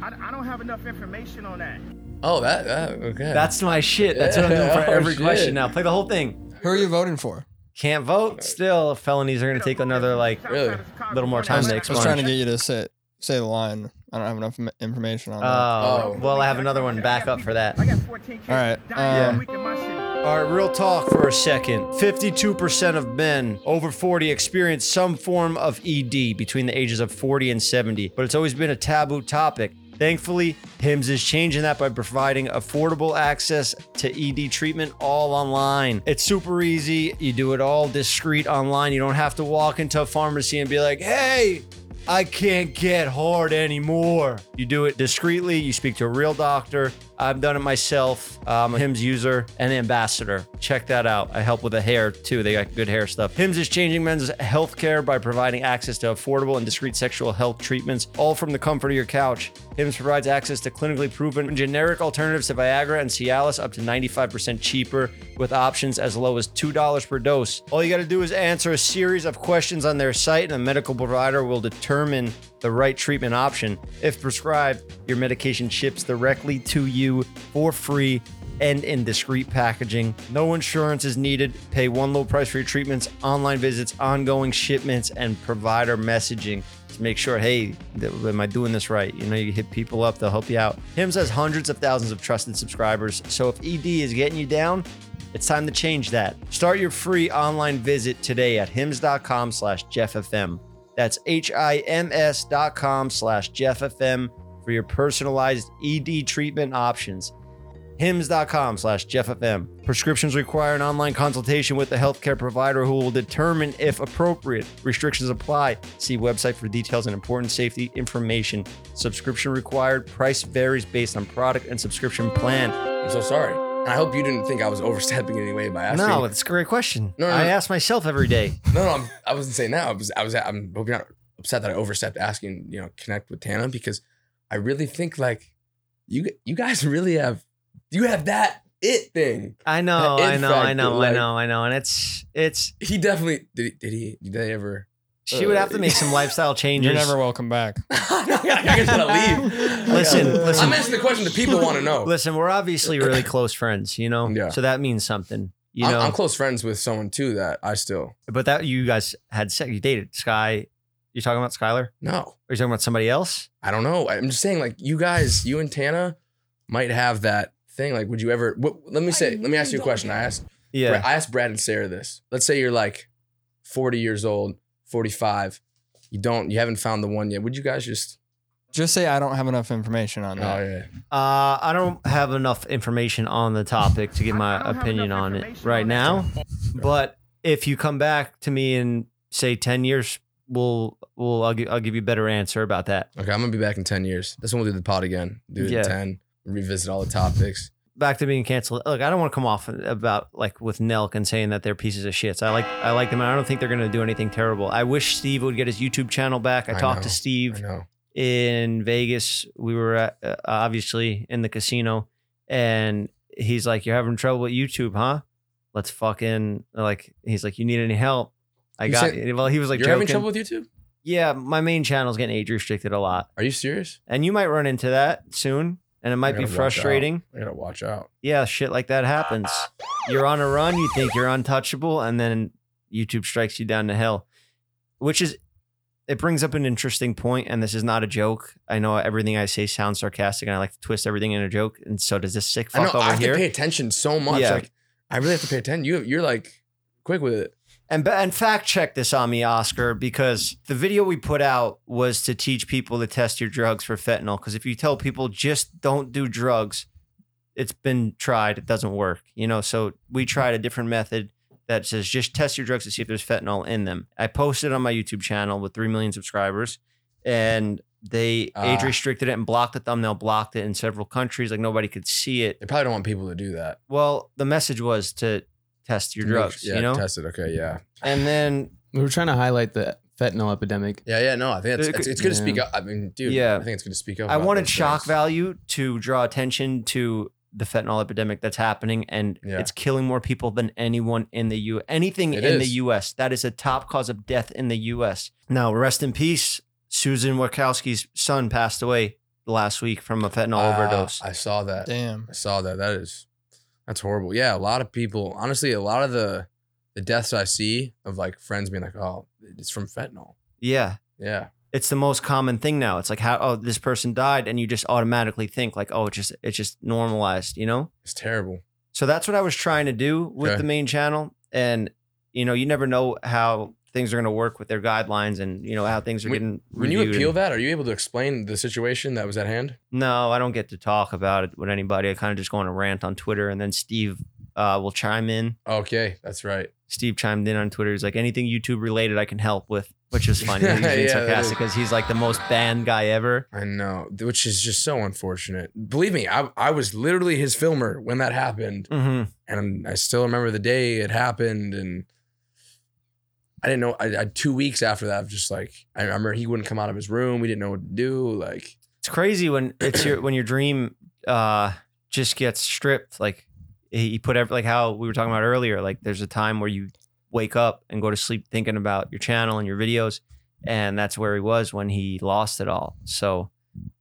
S6: I, I don't have enough information on that.
S3: Oh, that, that okay.
S1: That's my shit. That's what I'm doing
S3: Yeah,
S1: for
S3: oh,
S1: every
S3: shit.
S1: question now. Play the whole thing.
S4: Who are you voting for?
S1: Can't vote. Still, felonies are gonna take another like.
S3: Really?
S1: Little more
S4: I
S1: time
S4: was,
S1: to
S4: I was
S1: explain.
S4: trying to get you to say say the line. I don't have enough m- information on that.
S1: Oh,
S3: Oh.
S1: well, I have another one back up for that.
S6: I got 14 kids.
S4: All right,
S6: dying every
S4: um,
S6: week in my city.
S1: All right, real talk for a second. 52% of men over 40 experience E some form of ED between the ages of 40 and 70, but it's always been a taboo topic. Thankfully, HIMS is changing that by providing affordable access to ED treatment all online. It's super easy. You do it all discreet online. You don't have to walk into a pharmacy and be like, hey, I can't get hard anymore. You do it discreetly. You speak to a real doctor. I've done it myself. I'm a Hims user and ambassador. Check that out. I help with the hair too. They got good hair stuff. Hims is changing men's healthcare by providing access to affordable and discreet sexual health treatments, all from the comfort of your couch. Hims provides access to clinically proven generic alternatives to Viagra and Cialis up to 95% cheaper with options as low as $2 per dose. All you got to do is answer a series of questions on their site, and a medical provider will determine the right treatment option. If prescribed, your medication ships directly to you for free and in discreet packaging. No insurance is needed. Pay one low price for your treatments, online visits, ongoing shipments, and provider messaging to make sure, hey, th- am I doing this right? You know, you hit people up, they'll help you out. Hims has hundreds of thousands of trusted subscribers. So if ED is getting you down, it's time to change that. Start your free online visit today at hims.com slash jefffm. That's H-I-M-S dot com slash jefffm for your personalized ED treatment options hims.com slash jefffm prescriptions require an online consultation with the healthcare provider who will determine if appropriate restrictions apply see website for details and important safety information subscription required price varies based on product and subscription plan
S3: I'm so sorry. And I hope you didn't think I was overstepping in any way by asking.
S1: no it's a great question
S3: No, no,
S1: i
S3: no.
S1: ask myself every day
S3: no, no, I'm, I wasn't saying that. I was, I was, I'm hope you're not upset that I overstepped asking, you know, connect with Tana because I really think like you, you guys really have, you have that it thing.
S1: i know
S3: That
S1: i
S3: in
S1: know i
S3: fact,
S1: know i
S3: like-
S1: know i know and it's it's
S3: He definitely did. He, did he? Did they ever?
S1: she would have to make some lifestyle
S4: You're
S1: changes
S4: never welcome back.
S3: I gotta leave.
S1: Listen, listen.
S3: I'm asking the question that people want to know.
S1: listen we're obviously really close friends you know
S3: Yeah.
S1: so that means something you
S3: I'm-
S1: know
S3: I'm, close friends with someone too that I still
S1: But that you guys had sex, you dated Sky. You're talking about Skylar? Are
S3: no.
S1: you talking about somebody else?
S3: I don't know. I'm just saying, like you guys, you and Tana might have that thing. Like, would you ever? What, let me say. Let me ask you a question. I asked.
S1: Yeah.
S3: I asked Brad and Sarah this. Let's say you're like 40 years old, 45. You don't. You haven't found the one yet. Would you guys just?
S4: Just say I don't have enough information
S1: Oh,
S4: on that.
S3: Oh, yeah.
S1: Uh, I don't have enough information on the topic to give
S6: I
S1: my
S6: don't have
S1: opinion
S6: enough
S1: on it
S6: information
S1: right
S6: on it.
S1: now. But if you come back to me in say 10 years, we'll we'll I'll, gi- I'll give you a better answer about that.
S3: Okay, I'm gonna be back in 10 years. That's when we'll do the pod again. Do it
S1: Yeah.
S3: in 10. Revisit all the topics.
S1: Back to being canceled. Look, I don't want to come off about like with Nelk and saying that they're pieces of shits. I like I like them. and I don't think they're going to do anything terrible. I wish Steve would get his YouTube channel back. I,
S3: I
S1: talked to
S3: know.
S1: Steve.
S3: I know.
S1: in Vegas. We were at, uh, obviously in the casino, and he's like, "You're having trouble with YouTube, huh? Let's fucking like." He's like, "You need any help? I
S3: You
S1: got."
S3: said-
S1: you." Well, he was like,
S3: you're having
S1: joking.
S3: trouble with YouTube?
S1: Yeah, my main channel's getting age restricted a lot,
S3: Are you serious?
S1: and you might run into that soon, and it might be
S3: gotta watch out.
S1: frustrating.
S3: I gotta watch out.
S1: Yeah, shit like that happens. You're on a run, you think you're untouchable, and then YouTube strikes you down to hell, which is it brings up an interesting point, and this is not a joke. I know everything I say sounds sarcastic, and I like to twist everything into a joke, and so does this sick
S3: I know.
S1: fuck
S3: I
S1: over
S3: have
S1: here.
S3: to pay attention so much.
S1: Yeah.
S3: Like I really have to pay attention. You you're like quick with it.
S1: And and fact check this on me, Oscar, because the video we put out was to teach people to test your drugs for fentanyl. Because if you tell people just don't do drugs, it's been tried, it doesn't work. You know, so we tried a different method that says just test your drugs to see if there's fentanyl in them. I posted on my YouTube channel with three million subscribers, and they
S3: Ah.
S1: age restricted it and blocked the thumbnail, blocked it in several countries, like nobody could see it.
S3: They probably don't want people to do that.
S1: Well, the message was to test your drugs,
S3: Yeah,
S1: you know,
S3: Test it. Okay. Yeah.
S1: and then.
S2: We were trying to highlight the fentanyl epidemic.
S3: Yeah. Yeah. No, I think it's,
S1: It
S3: it's,
S1: could-
S3: it's good to speak
S2: Yeah.
S3: up. I mean, dude.
S1: Yeah.
S3: Yeah. I think it's good to speak up.
S1: I
S3: about
S1: wanted
S3: those
S1: shock
S3: things.
S1: value to draw attention to the fentanyl epidemic that's happening, and
S3: Yeah.
S1: it's killing more people than anyone in the U. Anything
S3: It
S1: in the
S3: is.
S1: U.S. That is a top cause of death in the U.S. Now, rest in peace. Susan Wachowski's son passed away last week from a fentanyl
S3: Ah,
S1: overdose.
S3: I saw that.
S4: Damn.
S3: I saw that. That is that's horrible. Yeah, a lot of people. Honestly, a lot of the the deaths I see of like friends being like, "Oh, it's from fentanyl."
S1: yeah,
S3: Yeah,
S1: it's the most common thing now. It's like how oh this person died, and you just automatically think like oh it's just it's just normalized, you know.
S3: it's terrible.
S1: So that's what I was trying to do with
S3: Okay.
S1: the main channel. And you know, you never know how things are going to work with their guidelines and you know how things are
S3: When-
S1: getting
S3: When you
S1: reviewed
S3: appeal
S1: and-
S3: that, are you able to explain the situation that was at hand?
S1: No, I don't get to talk about it with anybody. I kind of just go on a rant on Twitter, and then Steve uh, will chime in.
S3: Okay, that's right.
S1: Steve chimed in on Twitter. He's like, anything YouTube related, I can help with, which is funny. He's being
S3: Yeah, that
S1: sarcastic because he's like the most banned guy ever.
S3: I know, which is just so unfortunate. Believe me, I, I was literally his filmer when that happened.
S1: Mm-hmm.
S3: and I still remember the day it happened. And I didn't know. I, I two weeks after that, I'm just like I remember he wouldn't come out of his room. We didn't know what to do. Like
S1: It's crazy when it's your when your dream uh, just gets stripped. Like he he put every, like how we were talking about earlier. Like there's a time where you wake up and go to sleep thinking about your channel and your videos, and that's where he was when he lost it all. So,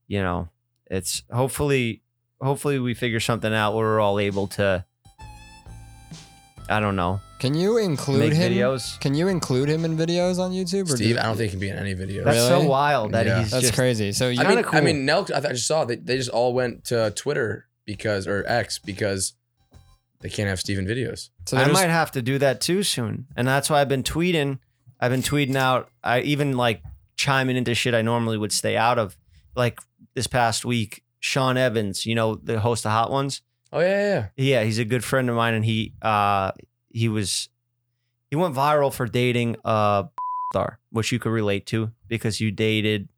S1: you know, it's hopefully hopefully we figure something out where we're all able to. I don't know.
S4: Can you include
S1: Make
S4: him?
S1: videos.
S4: Can you include him in videos on YouTube? Or
S3: Steve,
S4: do-
S3: I don't think he can be in any video.
S1: That's so
S4: Really?
S1: wild that
S3: Yeah.
S1: he's
S4: that's
S1: just
S4: crazy. So you,
S3: I mean,
S1: kinda
S3: I mean, Nelk. I, th- I just saw that they just all went to Twitter because or X because they can't have Steven videos.
S4: so
S1: I
S4: they're just-
S1: might have to do that too soon. And that's why I've been tweeting. I've been tweeting out. I even like chiming into shit I normally would stay out of. Like this past week, Sean Evans, you know, the host of Hot Ones.
S3: Oh yeah, yeah, yeah.
S1: Yeah, he's a good friend of mine and he uh he was he went viral for dating uh star, which you could relate to because you dated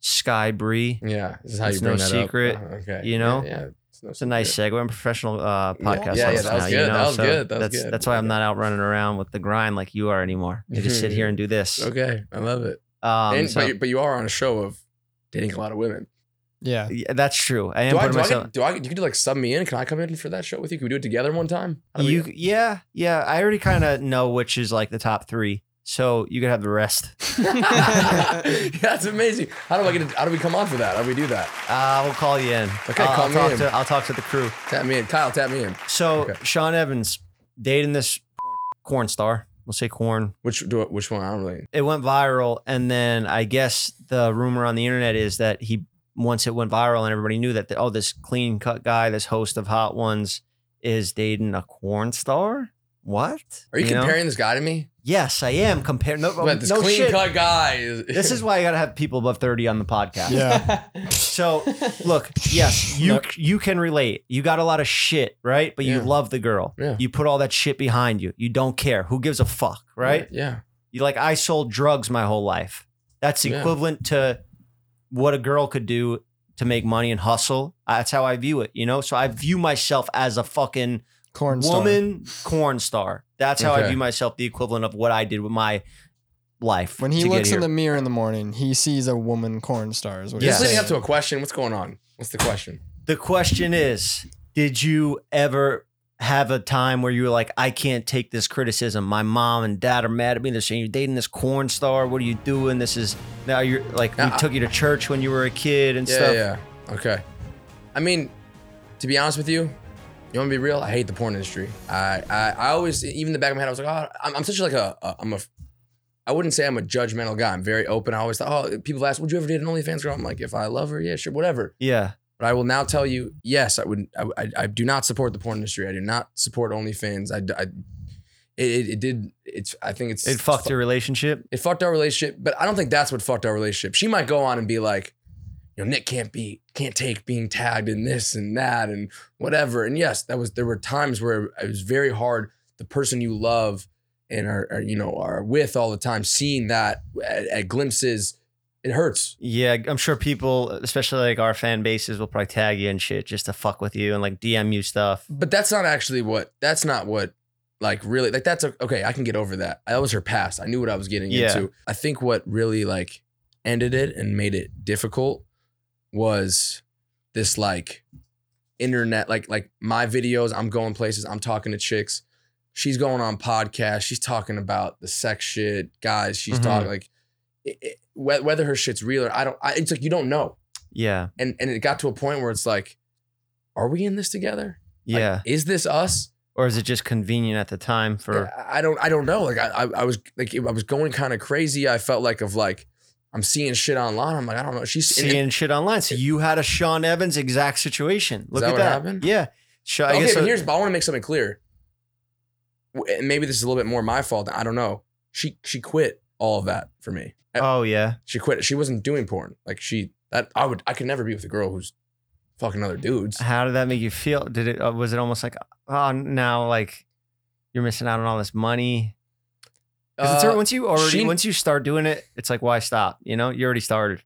S1: Sky Bree.
S3: yeah. This is how
S1: It's
S3: you bring
S1: no
S3: that
S1: secret,
S3: up. Uh, okay,
S1: you know?
S3: yeah, yeah. It's, no
S1: It's a nice
S3: secret.
S1: segue. I'm a professional uh, podcast
S3: Yeah, yeah,
S1: host
S3: that was
S1: now,
S3: good.
S1: You know?
S3: That was
S1: so
S3: good. That was
S1: that's,
S3: good.
S1: That's why I'm not out running around with the grind like you are anymore. I just sit here and do this.
S3: Okay, I love it.
S1: Um,
S3: and,
S1: so-
S3: but, you, but you are on a show of dating a lot of women.
S4: yeah.
S1: Yeah, that's true. I am
S3: Do I,
S1: putting
S3: do, I
S1: myself.
S3: get, do I? You could like sub me in. Can I come in for that show with you? Can we do it together one time? How do we-
S1: you, yeah, yeah. I already kind of know which is like the top three, so you could have the rest.
S3: That's amazing. How do I get? it- How do we come on for that? How do we do that?
S1: Uh, we'll call you in.
S3: Okay,
S1: I'll,
S3: call
S1: I'll
S3: me
S1: talk
S3: in.
S1: to I'll talk to the crew.
S3: Tap me in, Kyle. Tap me in.
S1: So
S3: Okay.
S1: Sean Evans dating this corn star. We'll say corn.
S3: Which do? I- Which one? I don't really.
S1: It went viral, and then I guess the rumor on the internet is that he once it went viral and everybody knew that the, oh this clean cut guy, this host of Hot Ones, is dating a corn star. What
S3: Are you,
S1: know?
S3: comparing this guy to me?
S1: Yes, I am comparing. No,
S3: but this
S1: no
S3: clean
S1: shit.
S3: cut guy. Is,
S1: This is why I gotta have people above thirty on the podcast.
S4: Yeah.
S1: So look, yes, you you can relate. You got a lot of shit, right? But you
S3: Yeah.
S1: love the girl.
S3: Yeah.
S1: You put all that shit behind you. You don't care. Who gives a fuck, right?
S3: Yeah.
S1: You like I sold drugs my whole life. That's
S3: Yeah.
S1: equivalent to what a girl could do to make money and hustle. That's how I view it, you know? So I view myself as a fucking
S4: Corn star.
S1: woman corn star. That's how I
S3: Okay.
S1: view myself, the equivalent of what I did with my life.
S4: When he
S1: to get
S4: looks in
S1: here.
S4: the mirror in the morning, he sees a woman corn star. Is what
S3: This
S1: Yes.
S3: is
S4: he's
S3: leading
S4: saying.
S3: up to a question. What's going on? What's the question?
S1: the question is, did you ever have a time where you were like, I can't take this criticism. My mom and dad are mad at me. They're saying you're dating this corn star. What are you doing? This is now you're like we
S3: Uh,
S1: took you to church when you were a kid and
S3: Yeah,
S1: stuff.
S3: yeah. Okay. I mean, to be honest with you, you want to be real? I hate the porn industry. I, I, I always, even in the back of my head, I was like, oh, I'm, I'm such like a, a, I'm a, I wouldn't say I'm a judgmental guy. I'm very open. I always thought, oh, people ask, would you ever date an OnlyFans girl? I'm like, if I love her, yeah, sure, whatever.
S1: Yeah.
S3: But I will now tell you, yes, I would. I, I, I do not support the porn industry. I do not support OnlyFans. I, d- I- it, it, it did. It's. I think it's.
S1: It fucked your relationship.
S3: It fucked our relationship, but I don't think that's what fucked our relationship. She might go on and be like, you know, Nick can't be, can't take being tagged in this and that and whatever. And yes, that was there were times where it was very hard. The person you love and are, are you know are with all the time, seeing that at, at glimpses, it hurts.
S1: Yeah, I'm sure people, especially like our fan bases, will probably tag you and shit just to fuck with you and like DM you stuff.
S3: But that's not actually what. That's not what. Like really, like that's a, okay. I can get over that. That was her past. I knew what I was getting
S1: Yeah.
S3: into. I think what really like ended it and made it difficult was this like internet, like like my videos. I'm going places. I'm talking to chicks. She's going on podcasts. She's talking about the sex shit, guys. She's
S1: Mhm.
S3: talking like it, it, whe- whether her shit's real or I don't. I, it's like you don't know.
S1: Yeah.
S3: And and it got to a point where it's like, are we in this together? Like,
S1: Yeah.
S3: is this us?
S1: or is it just convenient at the time for
S3: I I don't. I don't know. Like I, I, I was like I was going kind of crazy. I felt like of like I'm seeing shit online. I'm like I don't know. She's and-
S1: seeing shit online? So you had a Sean Evans exact situation. Look
S3: that
S1: at
S3: what
S1: that.
S3: happened?
S1: Yeah. Sha- I
S3: okay,
S1: guess
S3: but
S1: so-
S3: here's. But I want to make something clear. W- And maybe this is a little bit more my fault. I don't know. she she quit all of that for me. Uh,
S1: Oh yeah.
S3: She quit. She wasn't doing porn. Like she that I would I could never be with a girl who's fucking other dudes.
S1: How did that make you feel? Did it uh, was it almost like oh now like you're missing out on all this money? 'Cause it's-
S3: Uh,
S1: once you already
S3: she-
S1: once you start doing it, it's like why stop? You know, you already started.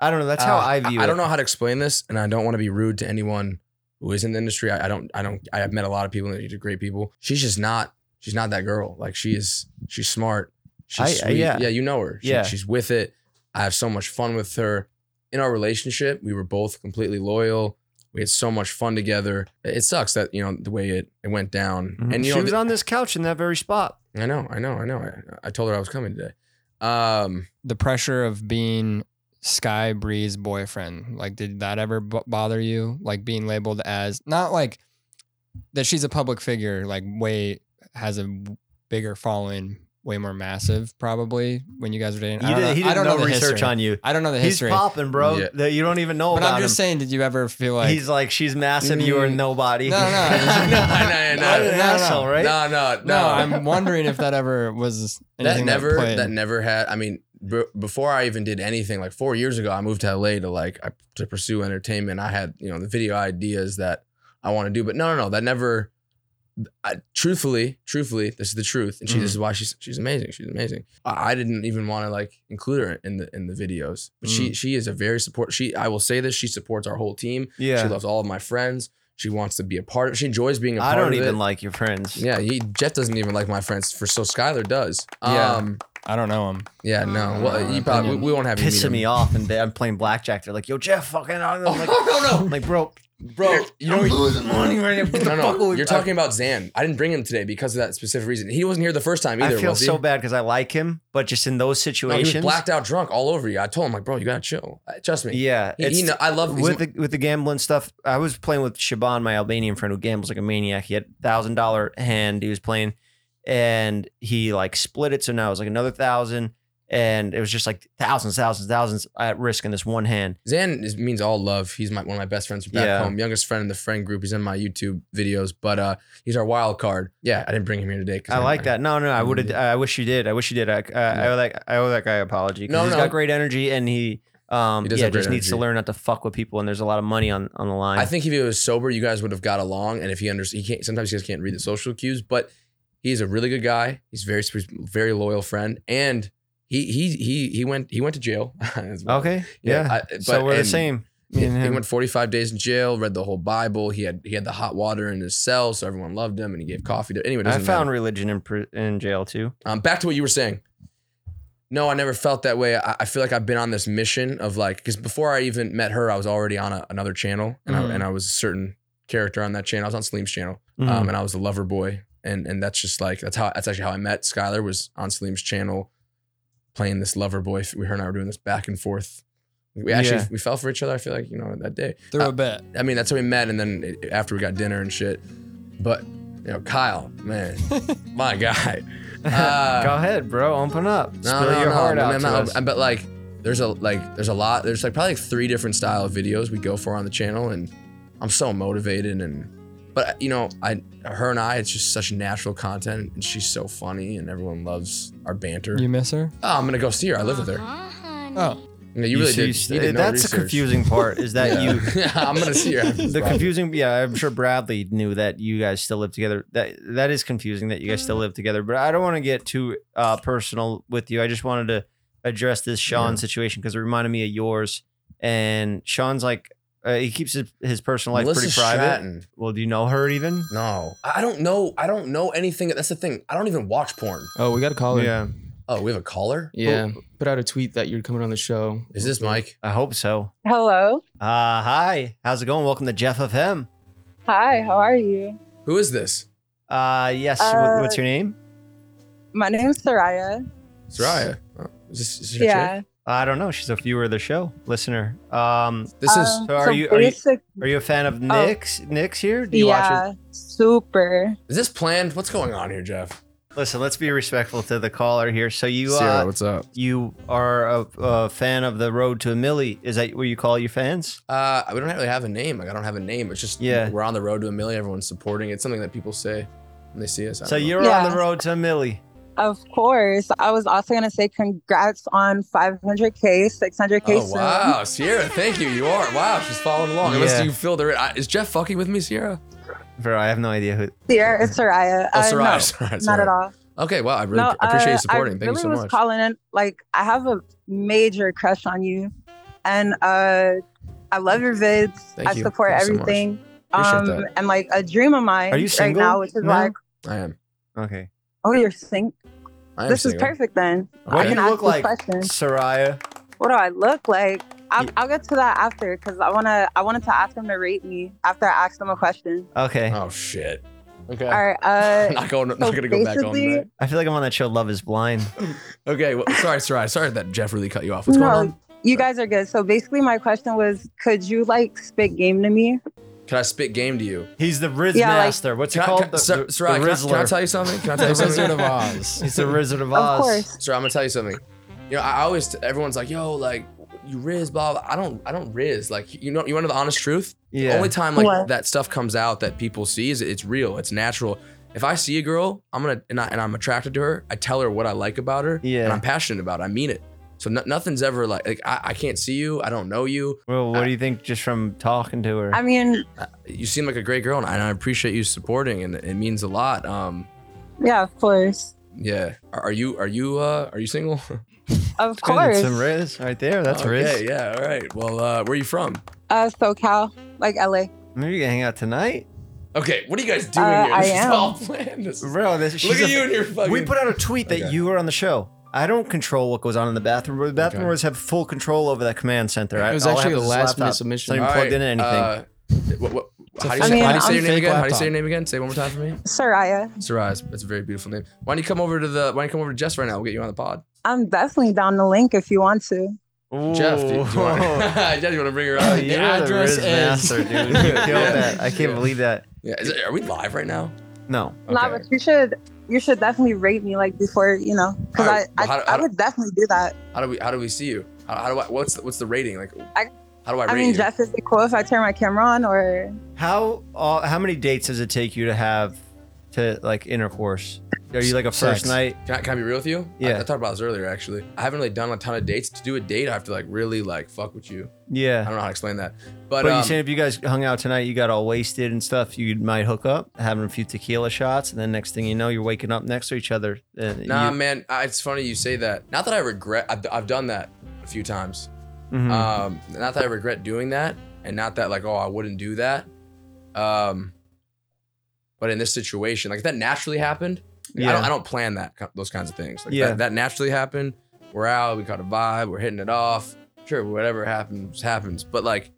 S1: I don't know. That's how
S3: Uh,
S1: I view it.
S3: I don't know how to explain this, and I don't want to be rude to anyone who is in the industry. I, I don't. I don't. I have met a lot of people that are great people. She's just not. She's not that girl. Like she is. She's smart. She's
S1: I-
S3: sweet.
S1: yeah.
S3: Yeah. you know her. She-
S1: Yeah.
S3: she's with it. I have so much fun with her. In our relationship, we were both completely loyal. We had so much fun together. It it sucks that you know the way it, it went down.
S1: Mhm.
S3: And you
S1: she
S3: know,
S1: was
S3: th-
S1: on this couch in that very spot.
S3: I know, I know, I know. I, I told her I was coming today. Um,
S4: the pressure of being Sky Bree's boyfriend? Like, did that ever b- bother you? Like being labeled as not like that she's a public figure, like way has a w- bigger following, way more massive probably when you guys were dating.
S1: You
S4: I don't
S1: did,
S4: know,
S1: he
S4: I
S1: didn't
S4: don't
S1: know,
S4: the
S1: research
S4: history.
S1: on you.
S4: I don't know the history,
S1: He's popping, bro.
S3: Yeah.
S1: That you don't even know
S4: Oh, but
S1: about
S4: I'm just
S1: him.
S4: saying, did you ever feel like
S1: He's like she's massive. You are
S4: Mm,
S1: nobody.
S4: no, no,
S3: no, no, no,
S1: I'm an
S4: no, no.
S1: asshole, right?
S3: No, no, no.
S4: no? I'm wondering if that ever was
S3: that
S4: anything
S3: never
S4: played.
S3: that, never had i mean b- before i even did anything like four years ago i moved to la to like I, to pursue entertainment i had you know the video ideas that i want to do but no no no that never I, truthfully truthfully this is the truth and she
S1: Mm.
S3: this is why she's she's amazing she's amazing i, I didn't even want to like include her in the in the videos but
S1: Mm.
S3: she she is a very support she i will say this she supports our whole team
S1: Yeah.
S3: she loves all of my friends she wants to be a part of she enjoys being a
S1: I
S3: part
S1: don't
S3: of
S1: even
S3: it.
S1: like your friends.
S3: yeah he, jeff doesn't even like my friends for so skylar does
S4: Yeah.
S3: um
S4: I don't know him.
S3: yeah, no. Well,
S4: Uh,
S3: you probably we,
S4: opinion.
S3: we won't have you meet
S1: Pissing
S3: him.
S1: me off, and I'm playing blackjack. They're like, "Yo, Jeff, fucking." I'm like,
S3: no,
S1: I'm like, bro,
S3: bro. You know,
S1: losing money right now. Get the
S3: no,
S1: fuck
S3: no.
S1: away-
S3: You're talking about Zan. I didn't bring him today because of that specific reason. He wasn't here the first time
S1: I,
S3: either.
S1: I feel
S3: was he?
S1: so bad because I like him, but just in those
S3: No, he was
S1: situations,
S3: blacked out, drunk, all over you. I told him like, bro, you gotta chill. Uh, Trust me.
S1: yeah,
S3: He- he
S1: it's-
S3: kno- I love he's-
S1: with the, with the gambling stuff, I was playing with Shaban, my Albanian friend who gambles like a maniac. He had thousand dollar hand he was playing, and he like split it. So now it was like another thousand, and it was just like thousands, thousands, thousands at risk in this one hand.
S3: Zan is, means all love. He's my one of my best friends from back
S1: Yeah.
S3: home, youngest friend in the friend group. He's in my YouTube videos, but uh, he's our wild card. Yeah, I didn't bring him here today. 'cause
S1: I like that. No, no, I would have. I wish you did. I wish you did. I, I, I owe that. I owe that guy an apology.
S3: No,
S1: No, he's
S3: no.
S1: got great energy, and he, um,
S3: He does
S1: yeah,
S3: have great
S1: just needs to
S3: energy.
S1: learn not to fuck with people. And there's a lot of money on on the line.
S3: I think if he was sober, you guys would have got along. And if he understands, he can't. Sometimes he just can't read the social cues. But he's a really good guy. He's very, he's a very loyal friend. And he he he he went he went to jail. as well.
S1: Okay. Oh, Yeah.
S3: I- but-
S1: so we're the
S3: and
S1: same.
S3: He,
S1: Me and
S3: he
S1: him.
S3: went 45 days in jail. Read the whole Bible. He had he had the hot water in his cell, so everyone loved him, and he gave coffee to anyway. it
S1: I
S3: doesn't matter.
S1: found religion in pr- in jail too.
S3: Um, back to what you were saying. No, I never felt that way. I, I feel like I've been on this mission of like, because before I even met her, I was already on a, another channel, and
S4: Mhm.
S3: I and I was a certain character on that channel. I was on Salim's channel,
S1: Mhm.
S3: um, and I was the lover boy, and and that's just like that's how that's actually how I met Skylar was on Salim's channel, playing this lover boy. We her and I were doing this back and forth. We actually
S1: Yeah.
S3: we fell for each other. I feel like you know that day.
S4: Through
S3: Uh,
S4: a bit.
S3: I mean, that's how we met, and then it- after we got dinner and shit. But you know, Kyle, man, my guy. Uh,
S1: Go ahead, bro. Open up.
S3: no,
S1: Spill
S3: no,
S1: your
S3: no,
S1: heart
S3: no,
S1: out.
S3: I'm
S1: to
S3: not-
S1: us.
S3: but like, there's a like, there's a lot. There's like probably like three different style of videos we go for on the channel, and I'm so motivated. And but you know, I her and I, it's just such natural content, and she's so funny, and everyone loves our banter.
S4: You miss her?
S3: oh, I'm gonna go see her. I live with her.
S4: Oh,
S3: No, you really
S1: see-
S3: did.
S1: see- uh,
S3: you did no
S1: that's the
S3: research.
S1: confusing part. Is that you?
S3: Yeah, I'm gonna see her. after this
S1: The
S3: podcast.
S1: confusing, yeah, I'm sure Bradley knew that you guys still live together. That that is confusing that you guys still live together. But I don't want to get too uh, personal with you. I just wanted to address this Sean situation because it reminded me of yours. And Sean's like, uh, he keeps his, his personal life
S3: Melissa
S1: pretty private.
S3: Stratton.
S1: Well, do you know her even?
S3: No, I I don't know. I don't know anything. That's the thing. I don't even watch porn.
S2: Oh, we got a caller.
S1: Yeah,
S3: Oh, we have a caller.
S2: Yeah. Put out a tweet that you're coming on the show.
S3: Is this Mike?
S1: I hope so.
S7: Hello.
S1: Uh, hi, how's it going? Welcome to Jeff of Him.
S7: Hi, how are you?
S3: Who is this?
S1: Uh, yes.
S7: Uh,
S1: what, what's your name?
S7: My name's Soraya.
S3: Soraya. Oh, is this, is this your chick?
S7: Yeah.
S1: I don't know. She's a viewer of the show, listener. Um,
S3: This is
S7: Um,
S1: so are you- are you-
S7: basic-
S1: are you a fan of Nick's? Nick's here? Do you watch
S7: Oh. yeah, super.
S3: is this planned? What's going on here, Jeff?
S1: it? Listen, let's be respectful to the caller here. So you
S3: Sarah,
S1: uh,
S3: what's up?
S1: you are a, a fan of the Road to a Millie. Is that what you call your fans?
S3: Uh, we don't really have a name. Like I don't have a name. It's just
S1: Yeah.
S3: we're on the road to a million. Everyone's supporting. It's something that people say when they see us. I
S1: So
S3: don't know.
S1: you're
S7: Yeah.
S1: on the road to a Millie.
S7: Of course. I was also going to say congrats on 500K, 600K.
S3: Oh
S7: soon.
S3: wow, Sierra, thank you. You are wow. She's following along. Unless
S1: Yeah.
S3: you filled her in. I, is Jeff fucking with me, Sierra?
S1: Bro, I have no idea who.
S7: Sierra, it's Soraya.
S3: Oh,
S7: Uh,
S3: Soraya.
S7: no,
S3: sorry,
S7: Not
S3: sorry.
S7: at all.
S3: Okay, wow. I really
S7: no,
S3: I appreciate
S7: uh,
S3: you supporting.
S7: I
S3: thank
S7: really
S3: you so
S7: was
S3: much.
S7: calling in. Like, I have a major crush on you, and uh, I love your vids.
S3: Thank
S7: I
S3: you.
S7: support
S3: Thank you so much.
S7: everything. Um,
S3: Appreciate that.
S7: and like a dream of mine
S1: Are you
S7: right
S1: single
S7: now, which is
S1: now?
S7: like,
S3: I am.
S1: Okay.
S7: oh, you're sing.
S3: I am
S7: This
S3: single.
S7: is perfect then.
S1: What
S7: I
S1: do
S7: can
S1: you
S7: ask
S1: look like,
S7: this question.
S1: Soraya?
S7: What do I look like? I'll,
S1: Ye-
S7: I'll get to that after because I wanna. I wanted to ask them to rate me after I asked them a question.
S1: Okay.
S3: Oh shit. Okay.
S7: All right. Uh,
S3: not going.
S7: so
S3: not gonna go back on
S7: basically-
S3: that.
S1: I feel like I'm on that show Love is Blind.
S3: Okay. Well, sorry, sorry, sorry that Jeff really cut you off. What's
S7: No.
S3: going on?
S7: you guys are good. So basically, my question was, could you like spit game to me?
S3: Can I spit game to you?
S1: He's the Riz
S7: Yeah, like-
S1: Master. What's it
S3: Can I,
S1: called?
S3: can, Sir-
S1: the,
S3: Soraya,
S1: the
S3: can I- can I
S1: Rizzler.
S3: tell you something? Can I tell you
S4: The Wizard
S3: something?
S4: of Oz.
S1: He's the Wizard of Oz.
S7: Of course.
S3: Sorry, I'm gonna tell you something. You know, I I always everyone's like, "Yo, like you riz, blah." blah. I don't, I don't riz. Like you know, you want to know the honest truth?
S1: Yeah.
S3: The only time like
S7: What?
S3: that stuff comes out that people see is it's real, it's natural. If I see a girl, I'm gonna and, I, and I'm attracted to her. I tell her what I like about her,
S1: Yeah.
S3: and I'm passionate about. It. I mean it. So no, nothing's ever like, like I, I can't see you. I don't know you.
S1: well, what do you think just from talking to her?
S7: I mean,
S3: You seem like a great girl, and I, and I appreciate you supporting, and it means a lot. Um,
S7: yeah, of course.
S3: yeah. Are, are you are you uh are you single?
S7: Of
S1: Good,
S7: course.
S1: That's some Riz right there. That's
S3: okay,
S1: Riz.
S3: Yeah. All right. Well, uh, where are you from?
S7: Uh, SoCal, like LA.
S1: Maybe you can hang out tonight.
S3: Okay, what are you guys doing
S7: Uh,
S3: here?
S7: I
S3: This
S7: am.
S3: is all planned. This is,
S1: Bro, this,
S3: look
S1: she's
S3: at
S1: a-
S3: you and your fucking.
S1: We put out a tweet that
S3: Okay.
S1: you were on the show. I don't control what goes on in the bathroom. The bathroom
S3: Okay.
S1: doors have full control over that command center.
S2: It was
S1: All I
S2: actually
S1: have
S2: a
S1: is this
S2: last minute
S1: laptop.
S2: submission.
S1: So you
S3: All
S1: plugged in anything.
S3: uh, what, what,
S4: It's a
S3: how do you,
S7: fake-
S3: say, how do you
S7: I
S3: say
S7: mean,
S3: your name
S4: fake
S3: again? How do you say
S4: laptop.
S3: your name again? Say it one more time for me.
S7: Soraya,
S3: Saraz. That's a very beautiful name. Why don't you come over to the? Why don't you come over to Jess right now? We'll get you on the pod.
S7: I'm definitely down the link if you want to.
S3: Uh, Jeff, do, do you
S1: Ooh.
S3: want? Jeff, you want to bring her
S1: Oh,
S3: on?
S1: you're the
S4: The address
S1: Riz
S4: is-
S1: master, dude. You killed
S3: Yeah.
S1: that. I can't
S3: Yeah.
S1: believe that.
S3: Yeah. Is it, are we live right now?
S1: No.
S7: Nah, but you should you should definitely rate me like before you know because
S3: Alright,
S7: I,
S3: well, how do-
S7: I,
S3: how
S7: I
S3: do-
S7: would definitely do that.
S3: How do we? How do we see you? How, how do I? What's the, what's the rating like?
S7: I-
S3: how do I
S7: I,
S3: rate
S7: mean,
S3: you?
S7: Jeff, is it cool if I turn my camera on or
S1: How uh, how many dates does it take you to have to like intercourse? Are you like a first
S4: Sex.
S1: night?
S3: Can I, can I be real with you? I,
S1: Yeah.
S3: I talked about this earlier, actually. I haven't really done a ton of dates. To do a date, I have to like really like fuck with you. I
S1: Yeah.
S3: don't know how to explain that, but,
S1: But you
S3: um,
S1: saying if you guys hung out tonight, you got all wasted and stuff, you might hook up, having a few tequila shots, and then next thing you know, you're waking up next to each other. And
S3: nah,
S1: you-
S3: man, I, it's funny you say that. Not that I regret. I've, I've done that a few times.
S1: Mhm.
S3: Um, not that I regret doing that, and not that like oh I wouldn't do that. Um, but in this situation, like if that naturally happened, like, I,
S1: Yeah.
S3: don't, I don't plan that ki- those kinds of things. Like
S1: Yeah.
S3: that, that naturally happened. We're out. We caught a vibe. We're hitting it off. Sure, whatever happens happens. But like,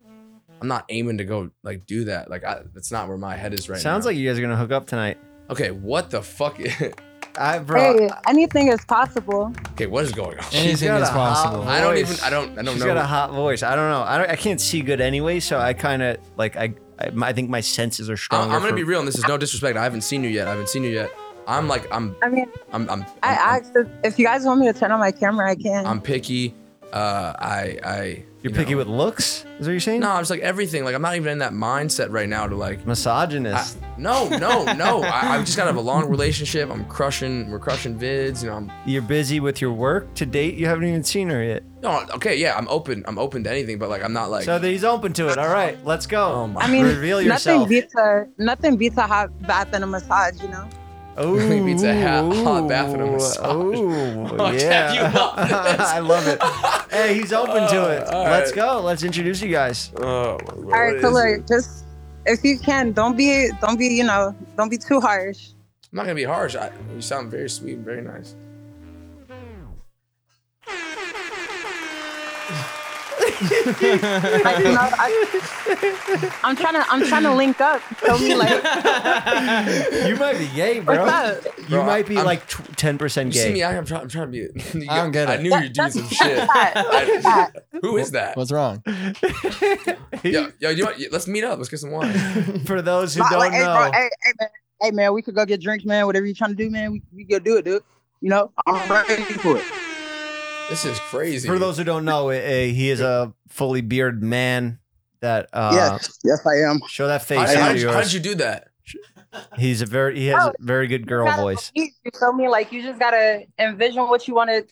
S3: I'm not aiming to go like do that. Like I, that's not where my head is right
S1: Sounds
S3: now.
S1: like you guys are gonna hook up tonight.
S3: okay, what the fuck? okay,
S1: I bro,
S7: hey, anything is possible.
S3: what is going on?
S1: She's got
S4: Anything is
S1: a hot
S4: possible.
S1: one.
S3: I don't
S1: voice.
S3: even. I don't. I don't
S1: She's
S3: know.
S1: got a hot voice. I don't know. I, don't, I can't see good anyway, so I kind of like I, I I think my senses are
S3: I'm,
S1: stronger.
S3: I'm gonna
S1: for-
S3: be real, and this is no disrespect. I haven't seen you yet. I haven't seen you yet. I'm like, I'm,
S7: I mean,
S3: I'm, I'm, I'm,
S7: I
S3: I'm-
S7: asked if, if you guys want me to turn on my camera, I can.
S3: I'm picky. Uh, I, I. you
S1: You're picky
S3: know.
S1: with looks. Is what you're saying?
S3: No, I'm just like everything. Like I'm not even in that mindset right now to like. I,
S1: Misogynist.
S3: no, no, no. I, I just gotta have a long relationship. I'm crushing. We're crushing vids. You know. I'm,
S1: You're busy with your work. To date, you haven't even seen her yet.
S3: no, okay, yeah. I'm open. I'm open to anything, but like I'm not like.
S1: So that he's open to it. All right, let's go.
S3: Oh my-
S7: I mean,
S1: reveal
S7: nothing
S1: yourself.
S7: beats a nothing beats a hot bath and a massage, you know.
S1: Ooh,
S3: beats a hot- hot bath and a
S1: ooh,
S3: massage.
S1: ooh,
S3: Oh,
S1: yeah.
S3: Jeff, you love this.
S1: I love it. Hey, he's open
S3: Oh,
S1: to it.
S3: all
S1: Let's
S3: right.
S1: go. Let's introduce you guys.
S3: Oh,
S7: All right, so look, just if you can, don't be don't be you know don't be too harsh.
S3: I'm not gonna be harsh. I, you sound very sweet, and very nice.
S7: Like, you know, I, I'm trying to I'm trying to link up. Tell me like
S1: You might be gay,
S7: what's
S1: bro.
S7: up.
S1: You
S3: Bro,
S1: might be
S3: I'm-
S1: like ten percent
S3: You
S1: gay.
S3: see me? I, I'm trying. I'm trying to be. you
S4: I don't get
S3: I
S4: it.
S3: knew
S7: That-
S3: you'd do
S7: that's-
S3: some
S7: that's
S3: shit.
S7: that. That's
S3: I-
S7: that.
S3: who is that?
S4: What's wrong?
S3: Yo, yo, you want, let's meet up. Let's get some wine.
S1: For those who
S7: Like,
S1: don't
S7: like, hey, bro,
S1: know,
S7: hey, hey, man, hey man, we could go get drinks, man. Whatever you trying to do, man, we we go do it, dude. You know, I'm ready for it.
S3: This is crazy.
S1: for those who don't know, eh, eh, he is a fully bearded man. That uh,
S7: yes, yes, I am.
S1: show that face.
S3: how,
S1: out
S3: how,
S1: of
S3: did, how
S1: yours.
S3: did you do that?
S1: He's a very he
S7: Oh.
S1: has a very good girl
S8: gotta
S1: voice.
S8: believe, You feel me? Like you just gotta envision what you want to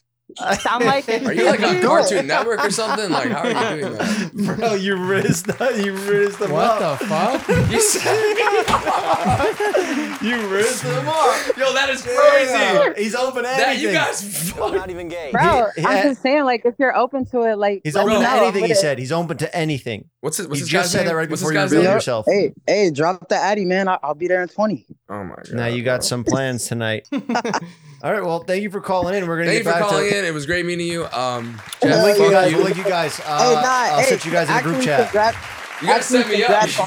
S8: sound like.
S3: Are you like on
S8: Do it.
S3: Cartoon Network or something? Like, how are you doing that?
S1: Bro, you rizzed the, you rizzed them
S4: What
S1: up.
S4: the fuck?
S3: You said,
S1: you rizzed them up.
S3: yo, that is
S1: Damn,
S3: crazy.
S1: He's open to
S3: That
S1: anything.
S3: you guys.
S8: Bro,
S1: He- he-
S8: I'm just saying, like, if you're open to it, like,
S1: He's
S8: let
S1: open
S8: me
S1: to
S8: know. I'm
S1: anything. He
S8: with it.
S1: said he's open to anything.
S3: What's it? What's
S1: You
S3: his
S1: just
S3: guy's
S1: said
S3: name?
S1: that right
S3: What's
S1: before
S3: his
S1: you revealed
S3: guy's name?
S9: Yeah.
S1: yourself.
S9: Hey, hey, drop the Addy, man. I- I'll be there in 20.
S3: Oh my god.
S1: Now you got
S3: bro.
S1: some plans tonight. All right. Well, thank you for calling in. We're gonna
S3: Thank you
S1: get
S3: for
S1: back
S3: calling
S1: to.
S3: in. It was great meeting you. Um,
S1: We'll
S3: Jeff,
S9: Thank
S1: link
S3: fuck
S1: you guys.
S3: you.
S1: We'll link you guys. Uh,
S9: hey, nah,
S1: I'll
S9: hey,
S1: set you guys in a group
S9: actually,
S1: chat.
S9: Congrats,
S3: You guys
S9: actually,
S3: set me up.
S9: congrats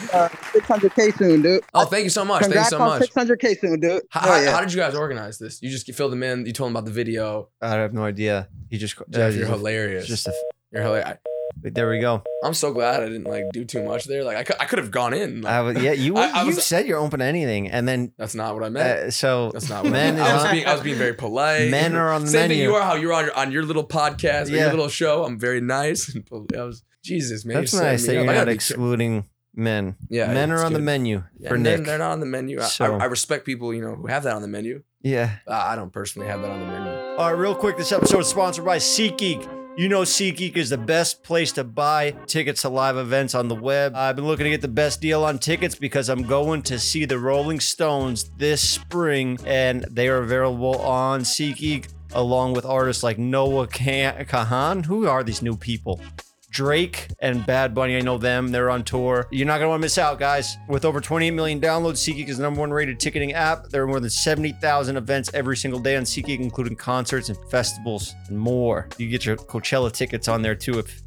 S9: on uh, 600K soon, dude.
S3: Oh, thank you so much. Thank you
S9: Congrats
S3: so
S9: on
S3: much.
S9: 600K soon, dude.
S1: Oh,
S3: How,
S9: Hell
S3: how,
S9: yeah.
S3: how did you guys organize this? You just filled them in. You told them about the video.
S1: I have no idea. He just. uh,
S3: Jeff,
S1: he's
S3: you're
S1: a-
S3: hilarious.
S1: Just a,
S3: you're hilarious.
S1: there we go.
S3: I'm so glad I didn't like do too much there. Like I could, I could have gone in. Like,
S1: I was, yeah, you
S3: I- I
S1: you
S3: was-
S1: said you're open to anything, and then
S3: that's not what I meant.
S1: uh, so
S3: that's not what
S1: men
S3: I meant.
S1: is
S3: I was,
S1: on-
S3: being, I was being very polite.
S1: men are on the
S3: Same
S1: menu.
S3: thing you are how you're on your on your little podcast or
S1: Yeah.
S3: your little show. I'm very nice. and pol- I was Jesus man.
S1: That's
S3: you're setting
S1: nice
S3: me
S1: that
S3: up.
S1: you're
S3: I
S1: not
S3: gotta be care-
S1: excluding men.
S3: Yeah,
S1: men
S3: it's
S1: are on the
S3: good.
S1: menu
S3: Yeah,
S1: for
S3: and they're-
S1: Nick.
S3: They're not on the menu. I,
S1: So-
S3: I, I respect people you know who have that on the menu.
S1: yeah.
S3: Uh, I don't personally have that on the menu. Oh,
S1: All right, real quick, this episode is sponsored by SeatGeek. You know SeatGeek is the best place to buy tickets to live events on the web. I've been looking to get the best deal on tickets because I'm going to see the Rolling Stones this spring, and they are available on SeatGeek along with artists like Noah Ca- Kahan. Who are these new people? Drake and Bad Bunny, I know them. They're on tour. You're not going to want to miss out, guys. With over 28 million downloads, SeatGeek is the number one rated ticketing app. There are more than 70,000 events every single day on SeatGeek, including concerts and festivals and more. You get your Coachella tickets on there too if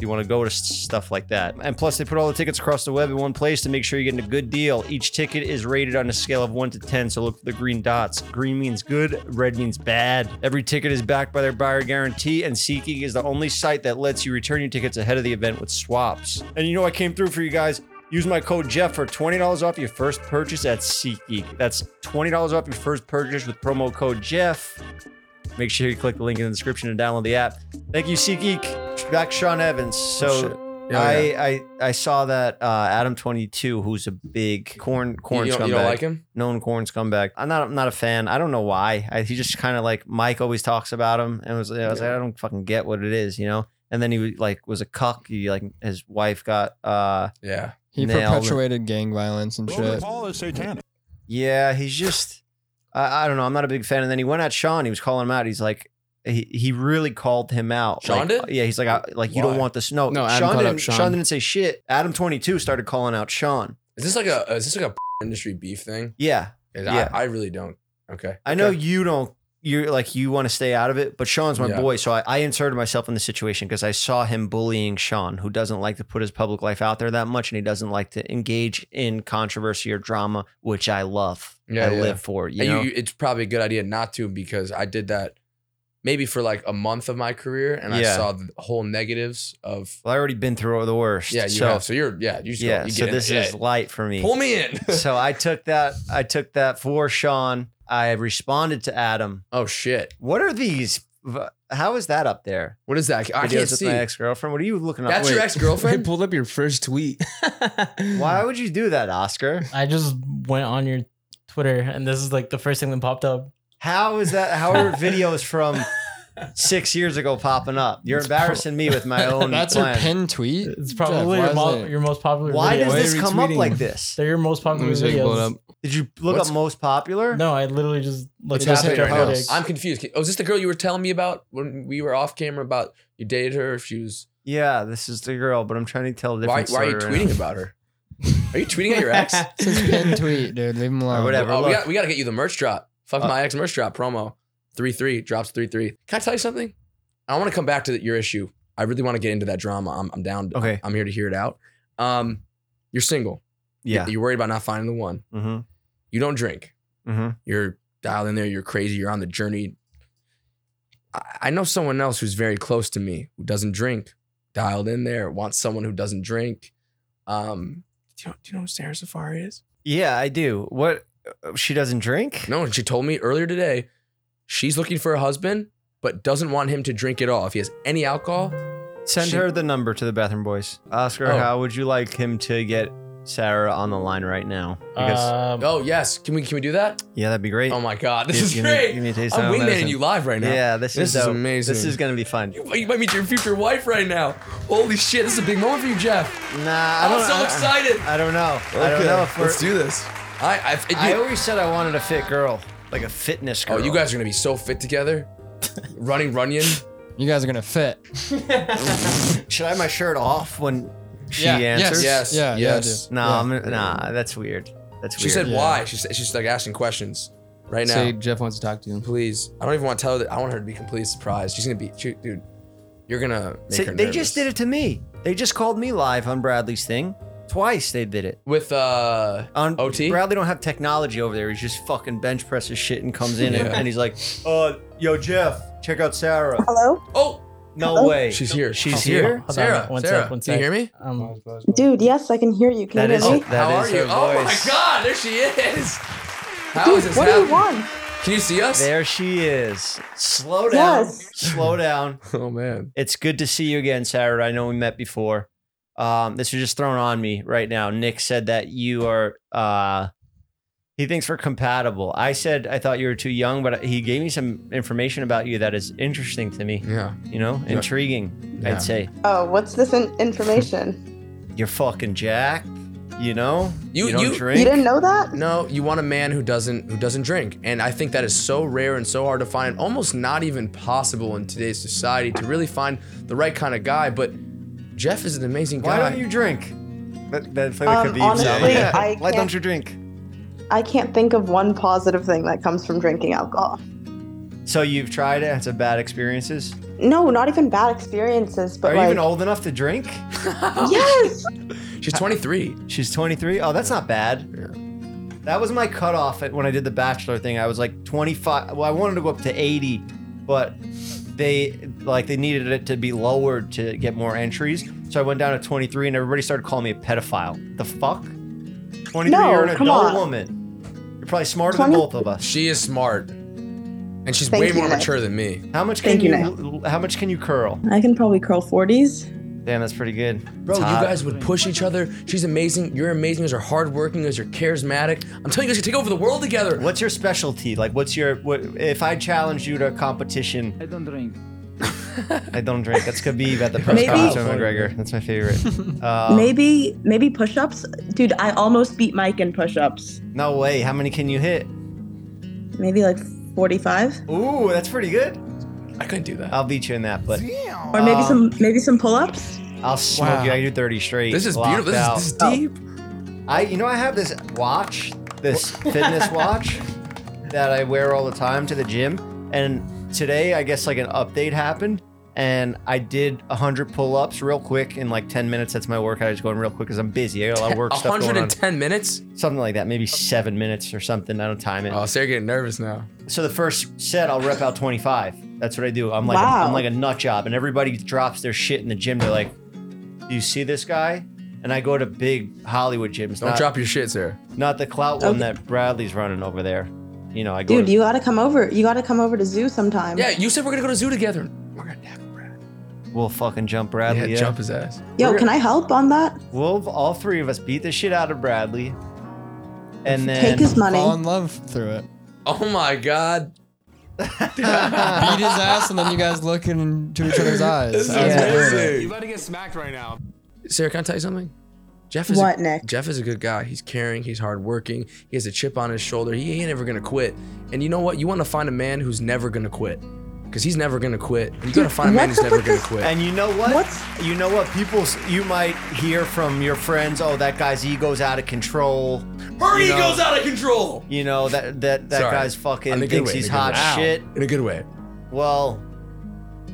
S1: you want to go to s- stuff like that. And plus, they put all the tickets across the web in one place to make sure you're getting a good deal. Each ticket is rated on a scale of 1 to 10, so look for the green dots. Green means good, red means bad. Every ticket is backed by their buyer guarantee, and SeatGeek is the only site that lets you return your tickets ahead of the event with swaps. And you know, I came through for you guys. Use my code Jeff for $20 off your first purchase at SeatGeek. That's $20 off your first purchase with promo code Jeff. Make sure you click the link in the description and download the app. Thank you, SeatGeek. Back Sean Evans. So
S3: Oh, shit. Yeah,
S1: I,
S3: yeah.
S1: I I saw that uh, Adam twenty two, who's a big corn corn
S3: you,
S1: scumbag,
S3: don't, you don't like him?
S1: known corn scumbag. I'm not I'm not a fan. I don't know why. I, he just kind of like Mike always talks about him, and was I was like I don't fucking get what it is, you know. And then he was, like was a cuck. He like his wife got uh
S3: Yeah.
S4: He
S1: Nailed it.
S4: perpetuated gang violence and shit.
S1: yeah. He's just I, I don't know. I'm not a big fan. And then he went at Sean. He was calling him out. He's like. He, he really called him out.
S3: Sean
S1: Like,
S3: did?
S1: Yeah, he's like, I, like you don't
S3: Why?
S1: want this. No,
S2: No, Adam
S1: Sean,
S2: called out
S1: didn't,
S2: Sean.
S1: Sean didn't say shit. Adam twenty two started calling out Sean.
S3: Is this like a is this like a industry beef thing?
S1: Yeah,
S3: 'Cause
S1: Yeah.
S3: I, I really don't. Okay.
S1: I know
S3: Okay.
S1: you don't. You're like you want to stay out of it, but Sean's my
S3: Yeah.
S1: boy, so I, I inserted myself in the situation because I saw him bullying Sean, who doesn't like to put his public life out there that much, and he doesn't like to engage in controversy or drama, which I love.
S3: Yeah,
S1: I
S3: yeah.
S1: live for. You
S3: And you-
S1: know?
S3: you- it's probably a good idea not to because I did that maybe for like a month of my career and I
S1: Yeah.
S3: saw the whole negatives of
S1: well, I already been through the worst.
S3: yeah you
S1: so
S3: have so you're yeah you just go-
S1: yeah,
S3: you
S1: so
S3: get
S1: this
S3: in,
S1: is light for me.
S3: pull me in
S1: so I took that. I took that for Sean. I responded to Adam.
S3: oh shit
S1: What are these? How is that up there?
S3: what is that I can't
S1: Videos with
S3: see
S1: my ex girlfriend. What are you looking up?
S3: that's your
S2: Wait.
S3: ex
S2: I
S3: girlfriend
S2: pulled up your first tweet.
S1: Why would you do that, Oscar?
S10: I just went on your Twitter, and this is like the first thing that popped up.
S1: How is that? How are videos from six years ago popping up? You're embarrassing me with my own.
S4: That's your
S1: plan.
S4: pin tweet.
S10: It's probably
S4: Jeff, why
S10: your, mo-
S4: is it-
S10: your most popular.
S1: Why
S10: video.
S1: does
S2: Why are
S1: this
S2: you
S1: come up
S2: tweeting?
S1: like this?
S10: They're your most
S2: Let
S10: popular
S2: me see. Pull it
S10: videos.
S2: up.
S1: Did you look
S3: What's-
S1: up most popular?
S10: No, I literally just
S1: What's
S10: looked at
S1: happening
S10: your
S1: right now?
S10: photos.
S3: I'm confused oh is this the girl you were telling me about when we were off camera about you dated her if she was
S1: Yeah, this is the girl, but I'm trying to tell a
S3: why,
S1: different
S3: why are you
S1: story right
S3: tweeting
S1: now.
S3: about her are you tweeting at your ex
S4: It's his pin tweet, dude. Leave him alone.
S1: Or whatever.
S3: Oh, we,
S1: look.
S3: got, we got to get you the merch drop. Fuck
S1: Uh,
S3: my ex merch drop promo. 3 3 drops 3 3. Can I tell you something? I want to come back to the, your issue. I really want to get into that drama. I'm, I'm down.
S1: Okay.
S3: I'm here to hear it out. Um, you're single.
S1: Yeah.
S3: You're worried about not finding the one.
S1: Mm-hmm.
S3: You don't drink.
S1: Mm-hmm.
S3: You're dialed in there. You're crazy. You're on the journey. I, I know someone else who's very close to me who doesn't drink, dialed in there, wants someone who doesn't drink. Um, do, you know, do you know who Sarah Safari is?
S1: Yeah, I do. What? uh, She doesn't drink.
S3: No, and she told me earlier today she's looking for a husband, but doesn't want him to drink at all. If he has any alcohol,
S1: Send
S3: she-
S1: her the number to the bathroom boys. Oscar,
S3: Oh.
S1: how would you like him to get Sarah on the line right now. Because,
S10: Um,
S3: Oh yes, can we can we do that?
S1: yeah, that'd be great.
S3: Oh my god, this
S1: Give-
S3: is
S1: give me-
S3: great.
S1: give me a taste of
S3: I'm
S1: that medicine.
S3: wingmanning you live right now.
S1: Yeah, this,
S3: This
S1: is,
S3: is
S1: dope.
S3: amazing.
S1: This is gonna be fun.
S3: You, you might meet your future wife right now. Holy shit, this is a big moment for you, Jeff.
S1: Nah, I
S3: I'm
S1: don't,
S3: so
S1: I-
S3: excited.
S1: I, don't know. I don't
S3: Okay,
S1: know if we're.
S3: let's do this. I, I, it-
S1: I
S3: you-
S1: always said I wanted a fit girl, like a fitness
S3: oh,
S1: girl.
S3: you guys are gonna be so fit together. Running Runyon.
S4: You guys are gonna fit.
S1: should I have my shirt off when she
S4: Yeah, yes,
S1: answers?
S3: Yes.
S4: Yeah, yeah, I do.
S3: yes.
S1: No,
S4: Yeah.
S1: I'm gonna- nah, that's weird. That's weird.
S3: she said
S4: Yeah.
S3: why. She said she's like asking questions right now.
S2: Say Jeff wants to talk to you.
S3: please. I don't even want to tell her. That, I want her to be completely surprised. She's gonna be, she, dude. You're gonna make
S1: See,
S3: her
S1: they just
S3: nervous.
S1: did it to me. They just called me live on Bradley's thing. Twice they did it.
S3: with uh
S1: On
S3: OT?
S1: Bradley don't have technology over there. He's just fucking bench presses shit and comes in and,
S3: Yeah.
S1: and he's like, uh, yo, Jeff, check out Sarah.
S11: Hello,
S3: oh
S1: No
S11: Hello?
S1: way.
S3: she's here
S1: She's
S3: She's
S1: here?
S10: Hold on,
S3: Sarah
S10: one sec,
S3: Sarah
S10: one
S3: do you
S10: sec.
S3: hear me
S10: Um,
S11: dude. Yes, I can hear you. Can
S1: That
S11: you
S1: is
S11: hear me?
S1: it. That
S3: how
S1: is
S3: are you
S1: her
S3: oh
S1: voice.
S3: my god there she is how
S11: Dude,
S3: is this
S11: what do you
S3: happening
S11: want?
S3: can you see us
S1: There she is. Slow down.
S11: Yes.
S1: Slow down.
S3: oh man
S1: It's good to see you again, Sarah. I know we met before. Um, this was just thrown on me right now. Nick said that you are uh he thinks we're compatible. I said I thought you were too young, but he gave me some information about you that is interesting to me,
S3: yeah
S1: you know,
S3: Yeah.
S1: intriguing.
S3: Yeah.
S1: I'd say
S11: Oh, what's this in- information?
S1: you're fucking jacked, you know?
S3: You-
S1: don't
S3: you-
S1: drink.
S11: You didn't know that?
S3: no you want a man who doesn't who doesn't drink and I think that is so rare and so hard to find almost not even possible in today's society to really find the right kind of guy but Jeff is an amazing
S1: Why
S3: guy
S1: don't you drink? That, that flavor
S11: Um,
S1: could be himself.
S11: honestly, I
S1: Why don't
S11: can't-
S1: you drink?
S11: I can't think of one positive thing that comes from drinking alcohol.
S1: So you've tried it, and it's a bad experiences.
S11: No, not even bad experiences, but
S1: Are you
S11: like
S1: even old enough to drink?
S11: yes,
S3: she's 23
S1: She's 23. Oh, that's not bad. That was my cutoff at, when I did the bachelor thing. I was like 25. Well, I wanted to go up to 80, but they like they needed it to be lowered to get more entries. So I went down to 23, and everybody started calling me a pedophile. The fuck? 23,
S11: No,
S1: you're an
S11: come
S1: adult
S11: on.
S1: woman. You're probably smarter
S11: Twenty-
S1: than both of us.
S3: she is smart and she's
S11: Thank
S3: way
S11: you,
S3: more
S11: Nick.
S3: mature than me
S1: How much can
S11: Thank you,
S1: you? How much can you curl?
S11: I can probably curl forties.
S1: Damn, that's pretty good.
S3: Bro,
S1: It's
S3: you
S1: hot.
S3: guys would push each other. She's amazing. You're amazing. You guys are hardworking. You guys are charismatic. I'm telling you, you guys can take over the world together.
S1: What's your specialty? Like, what's your? What, if I challenged you to a competition,
S6: I don't drink.
S1: I don't drink. That's Khabib at the press
S11: Maybe-
S1: conference with McGregor. That's my favorite. Um,
S11: Maybe maybe push-ups, dude. I almost beat Mike in push-ups.
S1: No way. How many can you hit?
S11: Maybe like forty-five,
S1: Ooh, that's pretty good.
S3: I couldn't do that.
S1: I'll beat you in that, but
S11: or maybe some maybe some pull-ups.
S1: I'll smoke
S10: Wow.
S1: you. I can do 30 straight.
S3: This is
S1: locked
S3: beautiful. This is, this is
S11: out.
S3: deep.
S1: I, you know, I have this watch, this fitness watch that I wear all the time to the gym. And today, I guess like an update happened, and I did 100 pull-ups real quick in like 10 minutes. That's my workout. I just going real quick because I'm busy. I got a lot of
S3: Oh.
S1: work stuff going on.
S3: 110 minutes.
S1: Something like that, maybe seven minutes or something. I don't time it.
S3: Oh, Sarah getting nervous now.
S1: So the first set, I'll rep out 25. That's what I do. I'm like
S11: Wow.
S1: I'm like a nut job, and everybody drops their shit in the gym. They're like, "Do you see this guy?" And I go to big Hollywood gyms,
S3: Don't
S1: not,
S3: drop your shit, Sarah.
S1: not the clout one
S11: Okay.
S1: that Bradley's running over there. You know, I go.
S11: Dude,
S1: to,
S11: you gotta come over. You gotta come over to zoo sometime.
S3: Yeah, you said we're gonna go to zoo together. We're gonna tackle Brad.
S1: we'll fucking jump
S3: Yeah,
S1: Bradley. Yeah,
S3: jump his ass.
S11: Yo, can I help on that?
S1: We'll all three of us beat the shit out of Bradley, and then
S11: Take his money.
S4: Fall in love through it.
S3: Oh my god.
S4: Beat his ass, and then you guys look into each other's eyes.
S3: This is
S4: As you're doing it.
S3: amazing.
S10: about to get smacked right now.
S3: Sarah, can I tell you something? Jeff is a-
S11: What, Nick?
S3: Jeff is a good guy. He's caring. He's hardworking. He has a chip on his shoulder. He ain't ever gonna quit. And you know what? You want to find a man who's never gonna quit, because he's never gonna quit. You gotta find a man who's
S11: what's up
S3: never
S11: with
S3: gonna
S11: this-
S3: quit.
S1: And you know what?
S11: What's-
S1: You know what? People, s- you might hear from your friends, "Oh, that guy's ego's out of control."
S3: Her
S1: You know-
S3: ego's out of control.
S1: You know that that that
S3: Sorry.
S1: guy's
S3: In a
S1: fucking
S3: good
S1: thinks
S3: way, in
S1: he's
S3: a good
S1: hot
S3: way. Ow.
S1: shit.
S3: In a good way.
S1: Well,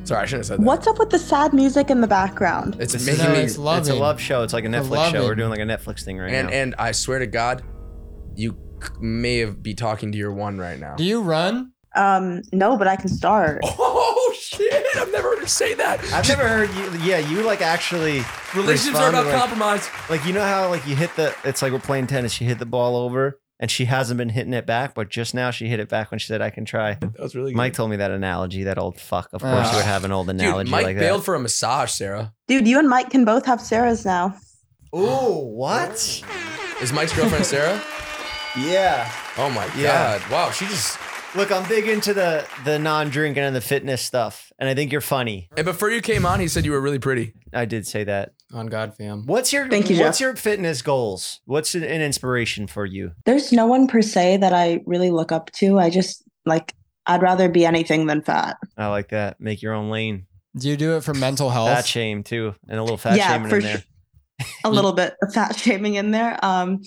S3: Sorry, I shouldn't have said that.
S11: What's up with the sad music in the background?
S3: It's
S1: This
S3: making
S4: No,
S3: me.
S4: it's loving.
S1: it's a love show. It's like a Netflix
S4: love
S1: show. We're
S4: it.
S1: doing like a Netflix thing right
S3: and
S1: now.
S3: and I swear to God, you c- may have be talking to your one right now.
S4: Do you run?
S11: Um, no, but I can start.
S3: Oh shit! I've never heard her say that.
S1: I've never heard you. Yeah, you like actually
S3: Relationships are
S1: respond to,
S3: about
S1: like,
S3: compromise.
S1: Like you know how like you hit the. It's like we're playing tennis. You hit the ball over, and she hasn't been hitting it back, but just now she hit it back when she said, "I can try."
S3: That was really good.
S1: Mike told me that analogy. That old fuck. Of course, you would have an old
S3: Dude,
S1: analogy
S3: Mike
S1: like
S3: bailed
S1: that.
S3: for a massage, Sarah.
S11: Dude, you and Mike can both have Sarah's now.
S1: Oh, what?
S3: Is Mike's girlfriend Sarah?
S1: yeah.
S3: Oh my god! Wow, she just
S1: Look, I'm big into the the non-drinking and the fitness stuff, and I think you're funny.
S3: And before you came on, he said you were really pretty.
S1: I did say that.
S2: On God, fam.
S1: What's your
S11: Thank you,
S1: What's
S11: Jeff.
S1: your fitness goals? What's an, an inspiration for you?
S11: There's no one per se that I really look up to. I just like I'd rather be anything than fat.
S1: I like that. Make your own lane.
S4: Do you do it for mental health?
S1: Fat shame too, and a little fat
S11: yeah,
S1: shaming
S11: for
S1: in there.
S11: sure. a little bit of fat shaming in there. Um,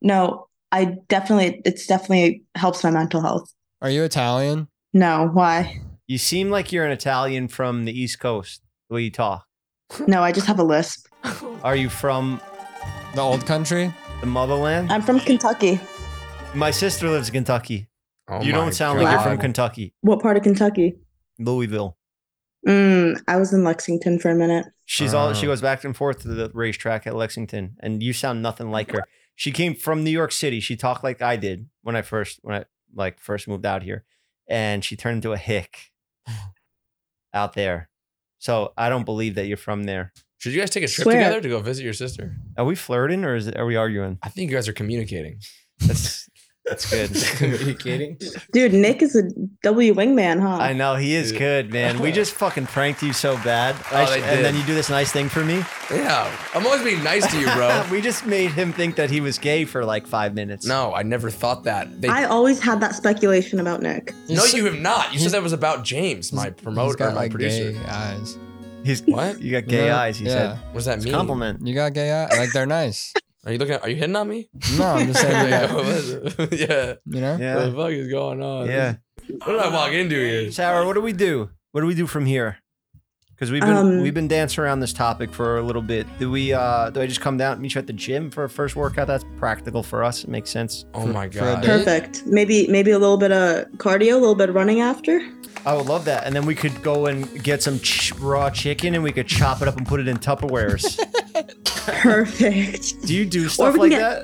S11: no, I definitely it's definitely helps my mental health.
S4: Are you Italian?
S11: No, why?
S1: You seem like you're an Italian from the East Coast. The way you talk.
S11: No, I just have a lisp.
S1: Are you from
S4: The old country?
S1: the motherland?
S11: I'm from Kentucky.
S1: My sister lives in Kentucky.
S3: Oh
S1: you
S3: my
S1: don't sound like you're from
S3: God.
S1: Kentucky,
S11: What part of Kentucky?
S1: Louisville.
S11: Mm, I was in Lexington for a minute.
S1: She's all she
S3: Oh.
S1: goes back and forth to the racetrack at Lexington, and you sound nothing like her. She came from New York City. She talked like I did when I first when I like first moved out here, and she turned into a hick out there. So I don't believe that you're from there.
S3: Should you guys take a trip
S11: Swear.
S3: together to go visit your sister?
S1: Are we flirting or is it, are we arguing?
S3: I think you guys are communicating.
S1: That's that's good.
S2: Communicating.
S11: Dude, Nick is a W wingman, huh?
S1: I know he is good, man. We just fucking pranked you so bad, I
S3: Oh, they
S1: and then
S3: did.
S1: you do this nice thing for me.
S3: Yeah, I'm always being nice to you, bro.
S1: we just made him think that he was gay for like five minutes.
S3: no, I never thought that. They,
S11: I always had that speculation about Nick.
S3: no, you have not. You said that was about James, my
S4: He's
S3: promoter,
S4: got,
S3: my
S4: like,
S3: producer.
S4: gay eyes.
S1: he's
S3: What?
S1: you got gay
S4: Yeah.
S1: eyes. He
S4: Yeah.
S1: said,
S3: What does that
S1: it's
S3: mean?
S1: a compliment.
S4: You got gay eyes. Like they're nice.
S3: Are you looking? At, are you hitting on me?
S4: No, I'm just saying. They
S3: yeah.
S4: got,
S3: What the
S4: you know.
S1: Yeah,
S3: fuck is going on?
S1: yeah.
S3: What did I walk into here?
S1: Sarah, what do we do? What do we do from here? Because we've been
S11: Um,
S1: we've been dancing around this topic for a little bit. Do we? uh Do I just come down and meet you at the gym for our first workout? That's practical for us. It makes sense.
S3: Oh my
S4: for a
S3: god.
S4: date?
S11: Perfect. Maybe maybe a little bit of cardio, a little bit of running after.
S1: I would love that, and then we could go and get some ch- raw chicken, and we could chop it up and put it in Tupperwares.
S11: Perfect.
S1: do you do stuff
S11: we can
S1: like
S11: get-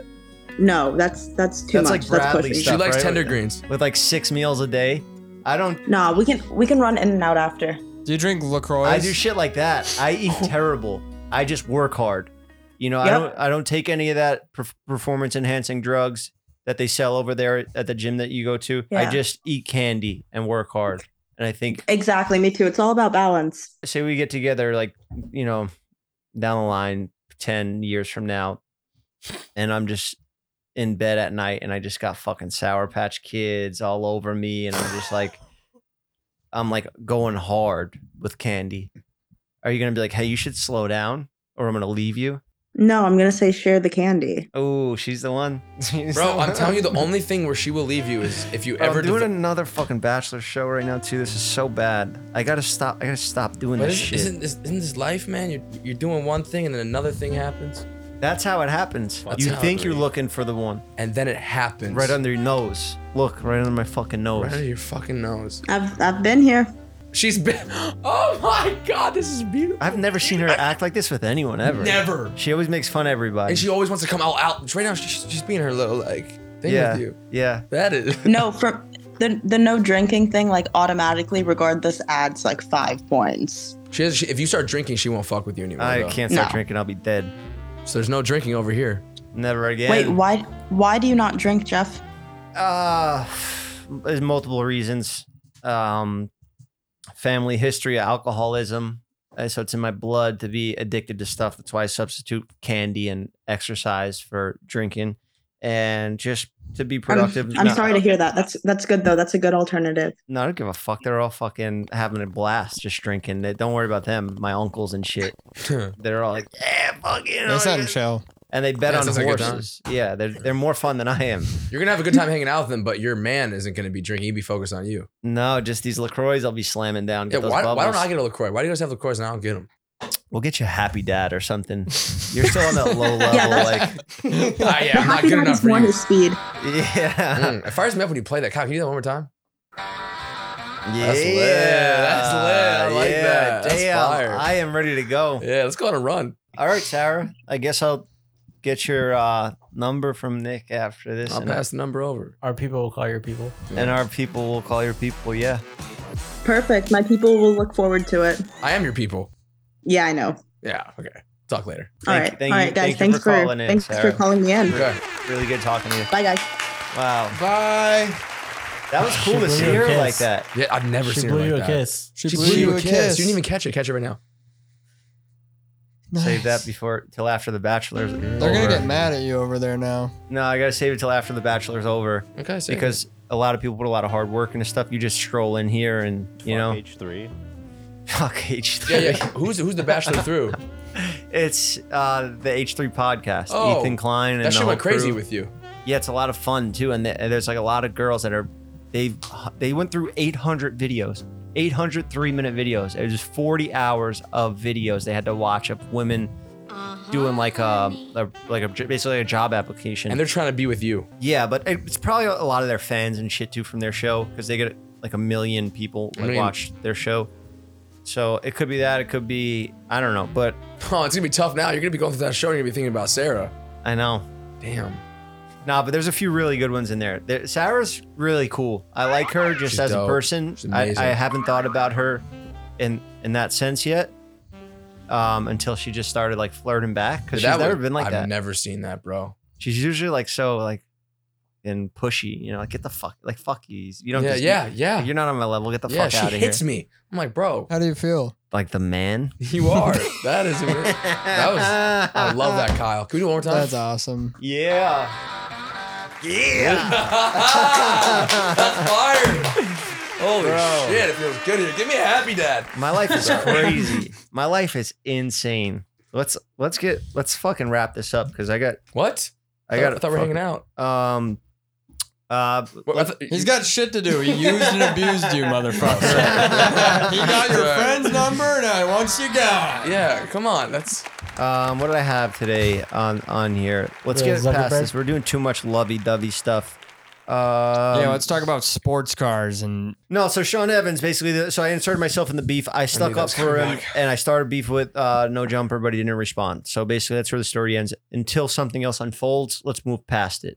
S1: that
S11: No, that's that's too
S1: That's like
S11: much. that's
S1: Bradley
S11: pushing.
S3: She
S1: stuff,
S3: likes
S1: right?
S3: tender greens.
S1: with like six meals a day? I don't.
S11: Nah, we can we can run in and out after.
S4: Do you drink Lacroix?
S1: I do shit like that. I eat terrible. I just work hard. You know, I
S11: Yep.
S1: don't I don't take any of that per- performance enhancing drugs that they sell over there at the gym that you go to. I
S11: Yeah.
S1: just eat candy and work hard. And I think
S11: Exactly, me too. It's all about balance.
S1: say we get together like, you know, down the line 10 years from now and I'm just in bed at night and I just got fucking sour patch kids all over me and I'm just like I'm like going hard with candy. Are you going to be like, "Hey, you should slow down or I'm going to leave you?"
S11: No, I'm gonna say share the candy.
S1: Oh, she's the one.
S3: Bro, I'm telling you, the only thing where she will leave you is if you
S1: Bro,
S3: ever
S1: I'm doing
S3: develop-
S1: another fucking bachelor show right now too. This is so bad. I gotta stop. I gotta stop doing
S3: But
S1: this
S3: isn't,
S1: shit.
S3: isn't this isn't this life, man? You're you're doing one thing and then another thing happens,
S1: That's how it happens.
S3: That's
S1: you
S3: how
S1: think
S3: it
S1: you're
S3: is.
S1: looking for the one
S3: and then it happens
S1: right under your nose. Look, right under my fucking
S3: right
S1: nose.
S3: under your fucking nose.
S11: I've I've been here.
S3: She's been. Oh my god, this is beautiful.
S1: I've never seen her act like this with anyone ever.
S3: Never.
S1: She always makes fun of everybody.
S3: And she always wants to come out out. Right now, she's, she's being her little like thing
S1: yeah,
S3: with you.
S1: yeah.
S3: That is.
S11: No, from the the no drinking thing, like automatically regardless adds like five points.
S3: She has. She, if you start drinking, she won't fuck with you anymore.
S1: I
S3: though.
S1: can't start
S11: No.
S1: drinking. I'll be dead.
S3: So there's no drinking over here.
S1: Never again.
S11: Wait, why why do you not drink, Jeff?
S1: Uh, there's multiple reasons. Um, family history, alcoholism. Uh, So it's in my blood to be addicted to stuff. That's why I substitute candy and exercise for drinking, and just to be productive.
S11: I'm
S1: No,
S11: sorry to hear that. That's that's good though. That's a good alternative.
S1: No, I don't give a fuck. They're all fucking having a blast, just drinking. They- Don't worry about them. My uncles and shit. They're all like, yeah, fuck you.
S4: They sound chill.
S1: and they bet
S3: Yeah,
S1: on
S3: sounds like a good time.
S1: horses. Yeah, they're they're more fun than I am.
S3: You're gonna have a good time hanging out with them, but your man isn't gonna be drinking. He'd be focused on you.
S1: No, just these Lacroix. I'll be slamming down.
S3: Yeah.
S1: Get those
S3: Why, why don't
S1: bubbles.
S3: I get a Lacroix? Why do you guys have Lacroix and I don't get them?
S1: we'll get you a happy dad or something. You're still on that low level,
S3: Oh,
S11: Yeah,
S1: like
S11: that's-
S3: Ah, yeah, I'm not
S11: Happy
S3: good
S11: Dad
S3: enough
S11: is
S3: for
S11: one
S3: you.
S11: is speed.
S1: yeah,
S3: Mm, it fires me up when you play that. Kyle, can you do that one more time?
S1: yeah,
S3: That's lit. That's lit. I like
S1: yeah.
S3: that. That's
S1: Damn,
S3: fire.
S1: I am ready to go.
S3: Yeah, let's go on a run.
S1: All right, Sarah. I guess I'll get your uh, number from Nick after this,
S3: I'll
S1: and,
S3: pass the number over.
S10: Our people will call your people.
S1: and our people will call your people. Yeah,
S11: Perfect. My people will look forward to it.
S3: I am your people.
S11: Yeah, I know.
S3: Yeah. Okay. Talk later.
S11: All right. All right, guys. Thanks for, thanks for calling me in.
S1: Really, really good talking to you.
S11: Bye, guys.
S1: Wow.
S3: Bye.
S1: That was cool to see her like that.
S3: Yeah, I've never
S10: She
S3: seen
S10: blew
S3: her like
S10: you a
S3: that.
S10: kiss.
S3: She,
S10: She
S3: blew,
S10: blew
S3: you
S10: you
S3: a
S10: a
S3: kiss.
S10: kiss.
S3: You didn't even catch it. Catch it right now.
S1: Save that before till after the Bachelor's. They're
S4: They're gonna get mad at you over there now.
S1: No, I gotta save it till after the Bachelor's over.
S3: Okay, save
S1: because a lot of people put a lot of hard work into stuff. You just stroll in here and you know.
S3: H three.
S1: Fuck H
S3: Yeah,
S1: three.
S3: yeah. Who's who's the bachelor through?
S1: It's uh, the H three podcast.
S3: Oh,
S1: Ethan Klein. And
S3: that
S1: the
S3: shit went
S1: whole
S3: crazy
S1: crew.
S3: with you.
S1: Yeah, it's a lot of fun too, and, th- and there's like a lot of girls that are they they went through 800 videos, 800 three minute videos. It was just 40 hours of videos they had to watch of women doing like a, a like a basically a job application.
S3: And they're trying to be with you.
S1: Yeah, but it- it's probably a lot of their fans and shit too from their show because they get like a million people
S3: I
S1: like,
S3: mean-
S1: watch their show. So it could be that. It could be I don't know, but
S3: Oh, it's gonna be tough now. You're gonna be going through that show and you're gonna be thinking about Sarah.
S1: I know.
S3: Damn.
S1: Nah, but there's a few really good ones in there. there Sarah's really cool. I like her just
S3: She's
S1: as
S3: dope.
S1: a person.
S3: She's
S1: I,
S3: amazing.
S1: I haven't thought about her in in that sense yet. Um, until she just started like flirting back because she's
S3: That
S1: never
S3: was-
S1: been like
S3: I've
S1: that.
S3: never seen that, bro.
S1: she's usually like so like and pushy. You know, like get the fuck, like fuck you. You don't.
S3: Yeah,
S1: just,
S3: yeah, yeah.
S1: You're not on my level. Get the
S3: yeah,
S1: fuck
S3: she
S1: out of here.
S3: hits me. I'm like, bro,
S4: How do you feel?
S1: Like the man.
S3: you are. That is. That was. I love that, Kyle. Can we do it one more time?
S4: That's awesome.
S1: Yeah.
S3: That's fire. Holy
S1: Bro.
S3: shit, it feels good here. Give me a happy dad.
S1: My life is crazy. My life is insane. Let's let's get let's fucking wrap this up because I got
S3: What?
S1: I got.
S3: Oh, I thought we we're hanging out.
S1: out. Um. Uh.
S3: What- I thought-
S4: He's got shit to do. He used and abused you, motherfucker. he got your
S3: Right.
S4: friend's number, and I want you gone.
S3: Yeah, come on. That's oh,
S1: Um. What did I have today on on here? Let's
S10: Yeah,
S1: get past
S10: Zuckerberg.
S1: this. We're doing too much lovey-dovey stuff. Um,
S4: yeah, let's talk about sports cars and
S1: No, so Sean Evans basically. The, so I inserted myself in the beef. I stuck
S3: that
S1: up
S3: was coming
S1: for him,
S3: back.
S1: and I started beef with uh, No Jumper, but he didn't respond. So basically, that's where the story ends. Until something else unfolds, let's move past it.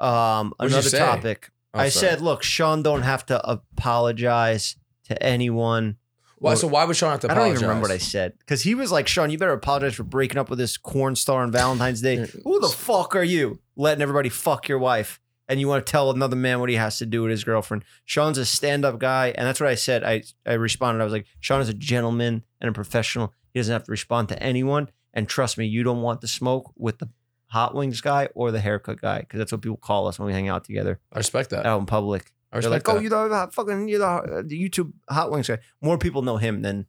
S1: Um,
S3: What'd you
S1: another
S3: say?
S1: topic.
S3: Oh,
S1: I
S3: sorry.
S1: said, look, Sean don't have to apologize to anyone.
S3: why. So why would Sean have to
S1: I
S3: apologize?
S1: don't even remember what I said because he was like, Sean, you better apologize for breaking up with this corn star on Valentine's Day. Who the fuck are you? Letting everybody fuck your wife. And you want to tell another man what he has to do with his girlfriend. Sean's a stand up guy. And that's what I said. I, I responded. I was like, Sean is a gentleman and a professional. He doesn't have to respond to anyone. And trust me, you don't want the smoke with the hot wings guy or the haircut guy because that's what people call us when we hang out together
S3: I respect that.
S1: out in public.
S3: I
S1: Oh, They're
S3: respect
S1: like, oh,
S3: that.
S1: you're the hot- fucking, you're the, uh, the YouTube hot wings guy. More people know him than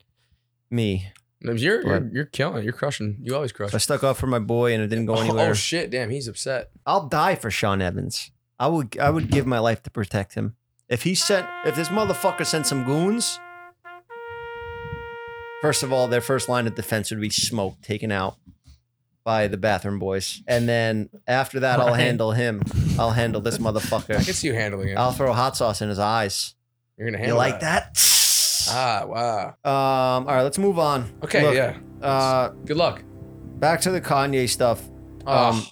S1: me.
S3: No, You're, you're
S1: What?
S3: you're killing. You're crushing. You always crush.
S1: So I stuck up for my boy, and it didn't go
S3: Oh,
S1: anywhere.
S3: oh shit! Damn, he's upset.
S1: I'll die for Sean Evans. I would, I would give my life to protect him. If he sent, if this motherfucker sent some goons, first of all, their first line of defense would be smoke taken out by the bathroom boys, and then after that, I'll
S3: Right.
S1: handle him. I'll handle this
S3: I
S1: motherfucker.
S3: can see you handling it.
S1: I'll throw hot sauce in his eyes.
S3: you're gonna
S1: You
S3: handle
S1: like that?
S3: Ah, wow.
S1: Um, all right, let's move on.
S3: Okay,
S1: Look,
S3: yeah.
S1: Uh,
S3: Good luck.
S1: back to the Kanye stuff. Um,
S3: Oh.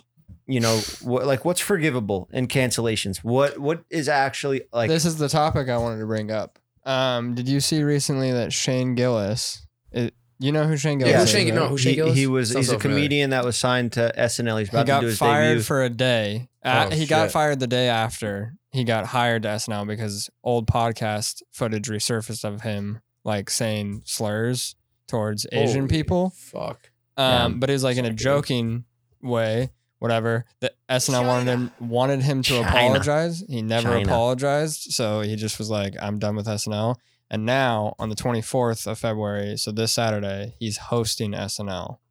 S1: you know, what like what's forgivable in cancellations? What what is actually like?
S4: this is the topic I wanted to bring up. Um, did you see recently that Shane Gillis? It, you know who Shane Gillis?
S3: Yeah, who
S4: is,
S3: Shane-
S4: right?
S3: no, who
S1: he,
S3: Shane Gillis?
S1: he was
S3: Sounds
S1: he's a
S3: so familiar.
S1: comedian that was signed to SNL. He's
S4: He
S1: about to
S4: got
S1: do his
S4: fired
S1: debut.
S4: for a day. Uh,
S3: Oh,
S4: he got
S3: shit.
S4: fired the day after he got hired to SNL because old podcast footage resurfaced of him like saying slurs towards
S3: Holy
S4: Asian people.
S3: Fuck.
S4: Um, but it was like in a
S3: Fucking dude.
S4: joking way, whatever. The SNL wanted him wanted him to
S1: China.
S4: apologize. He never
S1: China.
S4: apologized, so he just was like, "I'm done with SNL." And now on the 24th of February, so this Saturday, he's hosting SNL.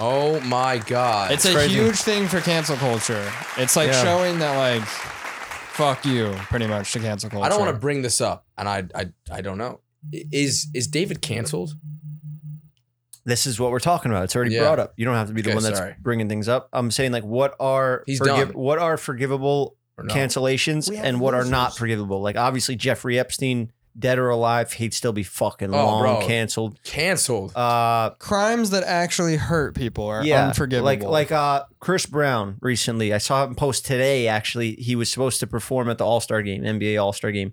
S3: Oh my god.
S4: It's a
S1: crazy.
S4: huge thing for cancel culture. It's like
S1: Yeah.
S4: showing that like, fuck you, pretty much to cancel culture.
S3: I don't want to bring this up, and I I I don't know. I- Is is David canceled?
S1: this is what we're talking about. It's already
S3: Yeah.
S1: brought up. You don't have to be the
S3: Okay,
S1: one that's
S3: sorry.
S1: bringing things up. I'm saying like what are
S3: He's done.
S1: what are forgivable
S3: Or no?
S1: cancellations
S5: We have
S1: and what are not
S5: losers.
S1: forgivable? Like obviously Jeffrey Epstein, dead or alive, he'd still be fucking
S3: Oh,
S1: long
S3: bro.
S1: canceled.
S3: Canceled.
S1: Uh,
S4: crimes that actually hurt people are unforgivable.
S1: Like like uh Chris Brown recently. I saw him post today actually. He was supposed to perform at the All-Star game, NBA All-Star game.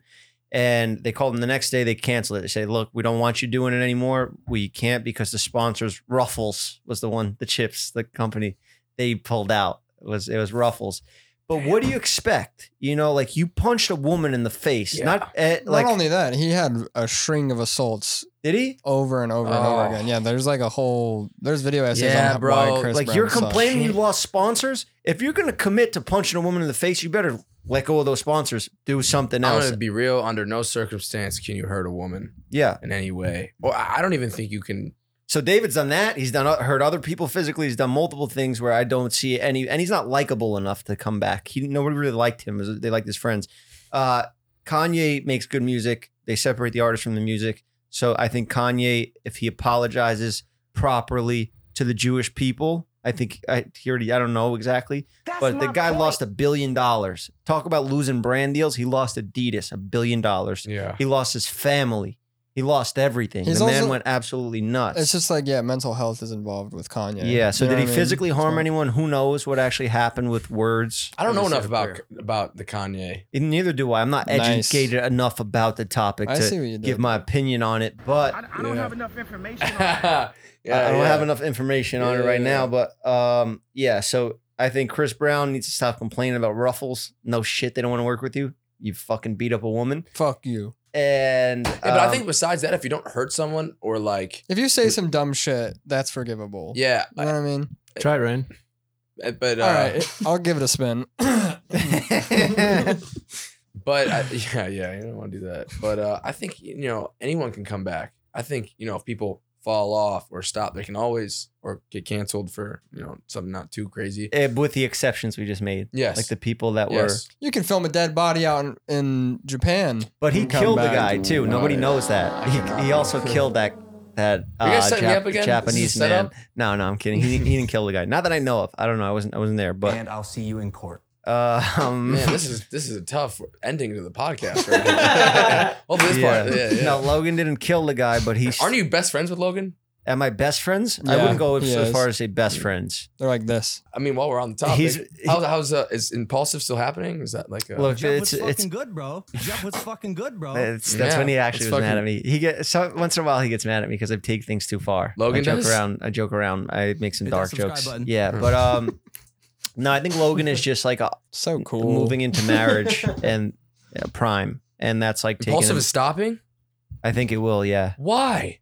S1: And they called them the next day. They canceled it. They say, "Look, we don't want you doing it anymore. We can't because the sponsors, Ruffles, was the one, the chips, the company, they pulled out. It was it was Ruffles." But what do you expect? You know, like you punched a woman in the face. Not eh, like
S4: Not only that, he had a string of assaults.
S1: Did he?
S4: Over and over and
S1: Oh.
S4: over again. Yeah, there's like a whole there's video essays on how- why Chris
S1: like
S4: Brown
S1: you're
S4: sucks.
S1: complaining you lost sponsors. If you're going to commit to punching a woman in the face, you better let go of those sponsors. Do something
S3: I'm
S1: else.
S3: gonna be real. Under no circumstance can you hurt a woman
S1: yeah.
S3: in any way. Or I I don't even think you can.
S1: So David's done that. He's done hurt other people physically. He's done multiple things where I don't see any, and he's not likable enough to come back. He nobody really liked him. as- They liked his friends. Uh, Kanye makes good music. They separate the artist from the music. So I think Kanye, if he apologizes properly to the Jewish people, I think I he already. I don't know exactly, but the guy lost a billion dollars. Talk about losing brand deals. He lost Adidas a billion dollars.
S3: Yeah,
S1: he lost his family. He lost everything.
S4: He's
S1: the man
S4: also-
S1: went absolutely nuts.
S4: It's just like yeah, mental health is involved with Kanye.
S1: Yeah. So
S4: You know
S1: did he
S4: what I mean?
S1: physically harm
S4: So-
S1: anyone? Who knows what actually happened with words?
S3: I don't know
S1: Just
S3: enough
S1: said a
S3: about
S1: prayer.
S3: about the Kanye.
S1: And neither do I. I'm not
S4: Nice.
S1: educated enough about the topic
S4: I see what
S1: to
S4: you did
S1: give my opinion on it, but I,
S6: I don't have enough information on
S3: yeah,
S1: I don't
S3: yeah.
S1: have enough information on it
S3: Yeah,
S1: right
S3: yeah,
S1: now. But um, yeah. So I think Chris Brown needs to stop complaining about ruffles. No shit, they don't want to work with you. You fucking beat up a woman.
S4: Fuck you.
S1: And
S3: Yeah, but I
S1: um,
S3: think besides that, if you don't hurt someone or like,
S4: If you say some dumb shit, that's forgivable.
S3: yeah,
S4: You know what I mean?
S10: Try it, Ryan.
S3: uh, but uh,
S4: All right, I'll give it a spin.
S3: but I, yeah, yeah, you don't want to do that. But uh, I think you know anyone can come back. I think you know if people fall off or stop, they can always or get canceled for you know something not too crazy.
S1: eh, with the exceptions we just made,
S3: Yes.
S1: like the people that were.
S3: yes.
S4: you can film a dead body out in, in Japan.
S1: But he
S4: and come
S1: killed the
S4: back.
S1: guy too. Nobody knows that. He, he also killed that that
S3: You guys
S1: uh,
S3: setting me
S1: Jap-
S3: up again? This
S1: Japanese
S3: is a
S1: man.
S3: setup?
S1: No, no, I'm kidding. He, didn't- he didn't kill the guy. Not that I know of. I don't know. I wasn't I wasn't there. But
S5: and I'll see you in court.
S1: uh, um,
S3: Man, this is this is a tough ending to the podcast. Right now. well, this
S1: yeah.
S3: part, yeah, yeah.
S1: No, Logan didn't kill the guy, but he's.
S3: Aren't you best friends with Logan?
S1: Am I best friends? I
S4: Yeah,
S1: wouldn't go
S4: he
S1: so
S4: is.
S1: far as say best friends.
S4: They're like this.
S3: I mean, while we're on the topic,
S1: He's-
S3: how's, how's uh, is impulsive still happening? Is that like a,
S1: Look,
S5: Jeff
S1: it's
S5: was
S1: it's.
S5: fucking good, bro. Jeff was fucking good, bro.
S1: It's, that's when he
S3: Yeah,
S1: actually was
S3: it's
S1: mad
S3: fucking-
S1: at me. He gets so, once in a while he gets mad at me because I take things too far.
S3: Logan
S1: I joke
S3: does?
S1: around. I joke around. I make some
S5: Hit that
S1: dark
S5: subscribe
S1: jokes.
S5: button.
S1: Yeah, but um, no, I think Logan is just like a,
S4: So cool.
S1: moving into marriage and uh, prime, and that's like taking.
S3: impulsive
S1: him-
S3: is stopping?
S1: I think it will. Yeah,
S3: Why?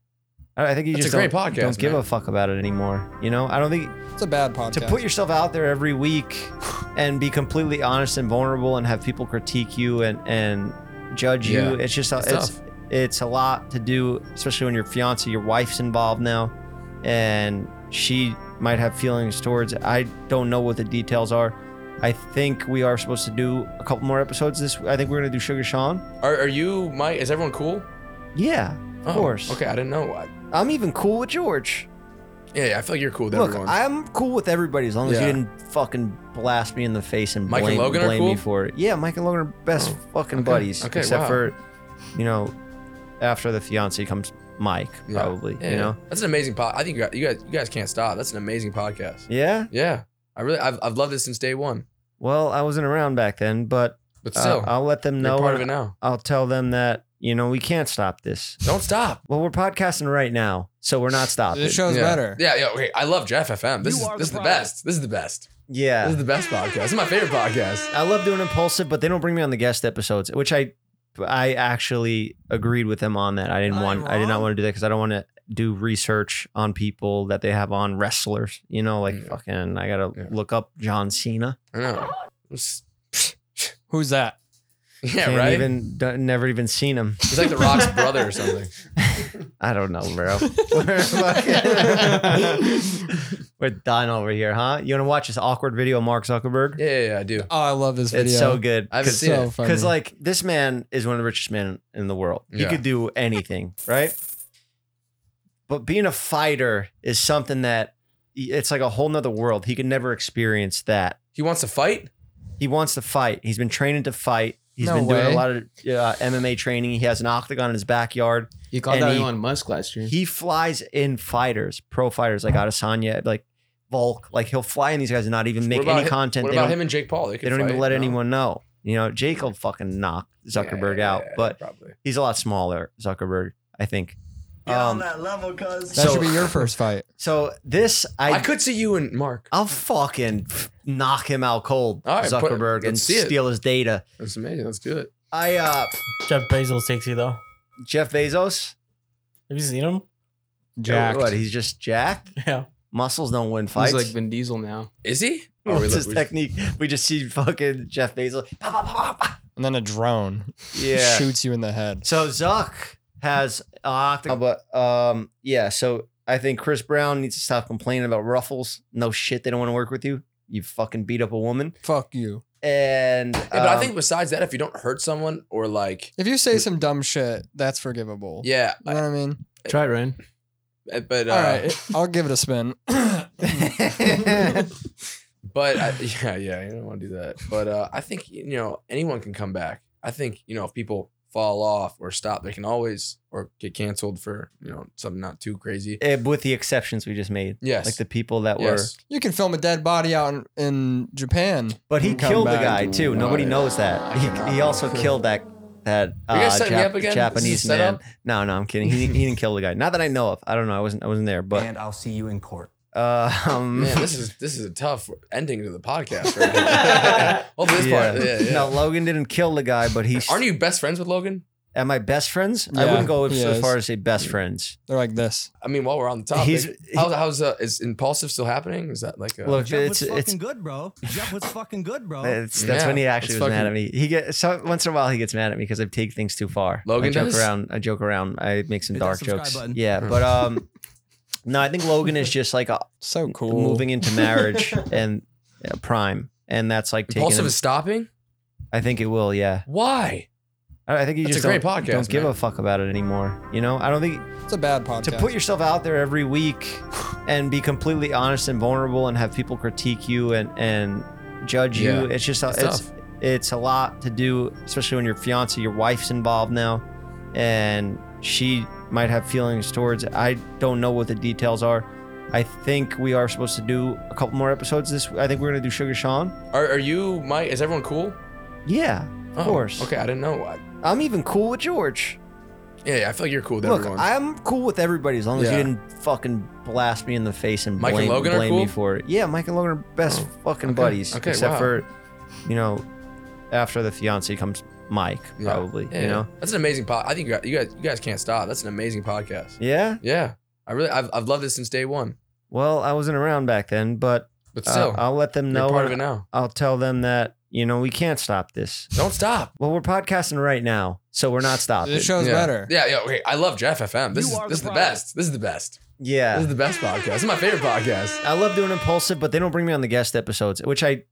S1: I I think you
S3: That's a
S1: just
S3: great
S1: don't,
S3: podcast,
S1: don't give
S3: man.
S1: a fuck about it anymore. You know, I don't think
S4: It's a bad podcast.
S1: to put yourself out there every week and be completely honest and vulnerable and have people critique you and and judge you.
S3: Yeah.
S1: It's just
S3: It's
S1: it's it's, a lot to do, especially when your fiance, your wife's involved now, and she might have feelings towards. it. I don't know what the details are. I think we are supposed to do a couple more episodes this. I think we're gonna do Sugar Sean.
S3: Are, are you Mike? Is everyone cool?
S1: Yeah, of
S3: Oh,
S1: course.
S3: Okay, I didn't know. I,
S1: I'm even cool with George.
S3: yeah, yeah, I feel like you're cool with
S1: Look,
S3: everyone.
S1: I'm cool with everybody as long as
S3: Yeah.
S1: you didn't fucking blast me in the face and
S3: Mike and
S1: blame,
S3: Logan are
S1: blame me
S3: cool?
S1: for it. Yeah, Mike and Logan are best
S3: Oh,
S1: fucking
S3: okay,
S1: buddies.
S3: okay,
S1: except
S3: wow.
S1: for, you know, after the fiance comes Mike,
S3: Yeah,
S1: probably.
S3: yeah,
S1: You
S3: yeah.
S1: know?
S3: that's an amazing pod. I think you guys, you guys, you guys can't stop. That's an amazing podcast.
S1: Yeah.
S3: Yeah, I really, I've, I've loved it since day one.
S1: Well, I wasn't around back then, but
S3: But
S1: uh,
S3: still,
S1: I'll let them
S3: you're
S1: know.
S3: part of
S1: and
S3: it now.
S1: I'll tell them that, you know, we can't stop this.
S3: Don't stop.
S1: Well, we're podcasting right now, so we're not stopping.
S4: This show's
S3: yeah.
S4: better.
S3: Yeah, yeah. Okay, I love Jeff FM. This is this is the best. This is the best. This
S1: yeah.
S3: is the best podcast. This is my favorite podcast.
S1: I love doing impulsive, but they don't bring me on the guest episodes, which I I actually agreed with them on that. I didn't
S5: Am I
S1: want I did not
S5: wrong?
S1: want to do that because I don't want to do research on people that they have on wrestlers. You know, like
S3: Yeah.
S1: fucking I gotta
S3: Yeah.
S1: look up John Cena.
S3: I know. It's-
S4: Who's that?
S3: Yeah,
S1: Can't
S3: right.
S1: Even d- never even seen him.
S3: He's like the Rock's brother or something.
S1: I don't know, bro. We're, fucking- We're done over here, huh? You want to watch this awkward video of Mark Zuckerberg?
S3: Yeah, yeah, yeah, I do.
S4: Oh, I love this video.
S1: It's so good.
S3: I haven't
S1: Cause-
S3: seen it.
S4: so funny.
S1: Because like this man is one of the richest men in the world. He
S3: Yeah.
S1: could do anything, right? But being a fighter is something that it's like a whole nother world. He could never experience that.
S3: He wants to fight.
S1: He wants to fight. He's been training to fight. He's
S4: No
S1: been doing
S4: way.
S1: a lot of uh, MMA training. He has an octagon in his backyard.
S2: You called
S1: And
S2: out
S1: he-
S2: Elon Musk last
S3: Mm-hmm.
S2: year.
S1: He flies in fighters, pro fighters like Adesanya, like Volk. Like he'll fly in these guys and not even make
S3: What about
S1: any
S3: him-
S1: content.
S3: What
S1: They
S3: about
S1: don't-
S3: him and Jake Paul? They, could
S1: they don't even
S3: fight,
S1: let
S3: no?
S1: anyone know. You know, Jake will fucking knock Zuckerberg out, but he's a lot smaller, Zuckerberg, I think.
S5: Get on
S1: Um,
S5: that level, cuz.
S1: That should be
S4: your first fight.
S1: So this, I,
S3: I could see you and Mark.
S1: I'll fucking knock him out cold,
S3: All right, put-
S1: Zuckerberg, and
S3: let's see it.
S1: steal his data.
S3: That's amazing. Let's do it.
S1: I uh,
S10: Jeff Bezos takes you though.
S1: Jeff Bezos,
S10: Have you seen him?
S4: Jacked.
S1: what? He's just jacked.
S10: Yeah.
S1: Muscles don't win fights.
S2: He's like Vin Diesel now.
S3: Is he? Oh, we
S1: What's
S3: look-
S1: his
S3: we-
S1: technique? We just see fucking Jeff Bezos. Pa, pa, pa, pa, pa.
S4: And then a drone
S1: Yeah.
S4: shoots you in the head.
S1: So Zuck has uh, but um yeah, so I think Chris Brown needs to stop complaining about ruffles. No shit, they don't want to work with you. You fucking beat up a woman.
S4: Fuck you.
S1: And
S3: Yeah, but I
S1: um,
S3: think besides that, if you don't hurt someone or like,
S4: If you say some dumb shit, that's
S1: Oh.
S4: forgivable.
S3: yeah,
S4: You know what I mean?
S2: Try it, Ryan.
S3: uh, but uh,
S4: All right. I'll give it a spin.
S1: um,
S3: but I, yeah, yeah, you don't want to do that. But uh, I think you know anyone can come back. I think you know if people fall off or stop, they can always or get canceled for you know something not too crazy.
S1: eh, with the exceptions we just made.
S3: Yes,
S1: Like the people that
S3: yes.
S4: you can film a dead body out in, in Japan.
S1: were But he
S4: and come
S1: killed the
S4: back.
S1: guy too. Nobody knows that. He, he also killed that that
S3: Are you
S1: uh,
S3: guys setting me
S1: Jap-
S3: up again? This
S1: Japanese
S3: is a
S1: man.
S3: setup?
S1: No, no, I'm kidding. He, he didn't kill the guy. Not that I know of. I don't know. I wasn't I wasn't there, but
S5: and I'll see you in court.
S1: uh, um,
S3: Man, this is this is a tough ending to the podcast. Right here. well, this
S1: yeah.
S3: part, yeah, yeah.
S1: No, Logan didn't kill the guy, but he
S3: Aren't you best friends with Logan?
S1: Am I best friends? I
S4: Yeah,
S1: wouldn't go
S4: he
S1: as
S4: is.
S1: far as say best friends.
S4: They're like this.
S3: I mean, while we're on the topic,
S1: He's-
S3: how's, how's uh, is impulsive still happening? Is that like a,
S1: Look,
S5: Jeff
S1: it's
S5: was
S1: it's,
S5: fucking good, bro. Jeff was fucking good, bro.
S1: it's that's when he
S3: Yeah,
S1: actually was
S3: it's
S1: mad
S3: fucking-
S1: at me. He gets so once in a while he gets mad at me because I take things too far. I
S3: Logan
S1: joke
S3: does?
S1: around. I joke around. I make some
S5: Hit that
S1: dark
S5: subscribe
S1: jokes.
S5: button.
S1: Yeah, but um, no, I think Logan is just like a,
S4: So cool.
S1: moving into marriage and uh, prime, and that's like taking.
S3: impulsive
S1: him-
S3: is stopping?
S1: I think it will. Yeah,
S3: Why?
S1: I I think you
S3: That's a
S1: just
S3: great
S1: don't,
S3: podcast,
S1: don't give
S3: man.
S1: a fuck about it anymore. You know, I don't think
S4: It's a bad podcast.
S1: to put yourself out there every week and be completely honest and vulnerable and have people critique you and and judge you
S3: Yeah.
S1: it's just
S3: It's
S1: it's it's,
S3: tough.
S1: a lot to do especially when your fiance your wife's involved now and she might have feelings towards it. i don't know what the details are i think we are supposed to do a couple more episodes this i think we're going to do sugar sean
S3: Are, are you Mike? Is everyone cool?
S1: yeah of
S3: Oh,
S1: course
S3: Okay, I didn't know. I,
S1: i'm even cool with george
S3: yeah, yeah, I feel like you're cool with
S1: Look,
S3: everyone.
S1: I'm cool with everybody as long as
S3: Yeah.
S1: you didn't fucking blast me in the face and
S3: Mike and
S1: blame,
S3: Logan are
S1: blame me
S3: cool?
S1: for it. Yeah, Mike and Logan are best
S3: Oh,
S1: fucking
S3: okay,
S1: buddies.
S3: okay,
S1: except
S3: wow.
S1: for, you know, after the fiance comes Mike,
S3: Yeah,
S1: probably.
S3: yeah,
S1: You know?
S3: that's an amazing pod. I think you guys, you guys, you guys can't stop. That's an amazing podcast.
S1: Yeah.
S3: Yeah, I really, I've, I've loved it since day one.
S1: Well, I wasn't around back then, but
S3: But
S1: uh,
S3: still,
S1: I'll let them
S3: you're
S1: know.
S3: part of
S1: and
S3: it now.
S1: I'll tell them that, you know, we can't stop this.
S3: Don't stop.
S1: Well, we're podcasting right now, so we're not stopping.
S4: This show's
S3: yeah.
S4: better.
S3: Yeah, yeah. Okay, I love Jeff FM. This is this is the best. This is the best. This
S1: yeah.
S3: is the best podcast. This is my favorite podcast.
S1: I love doing impulsive, but they don't bring me on the guest episodes, which I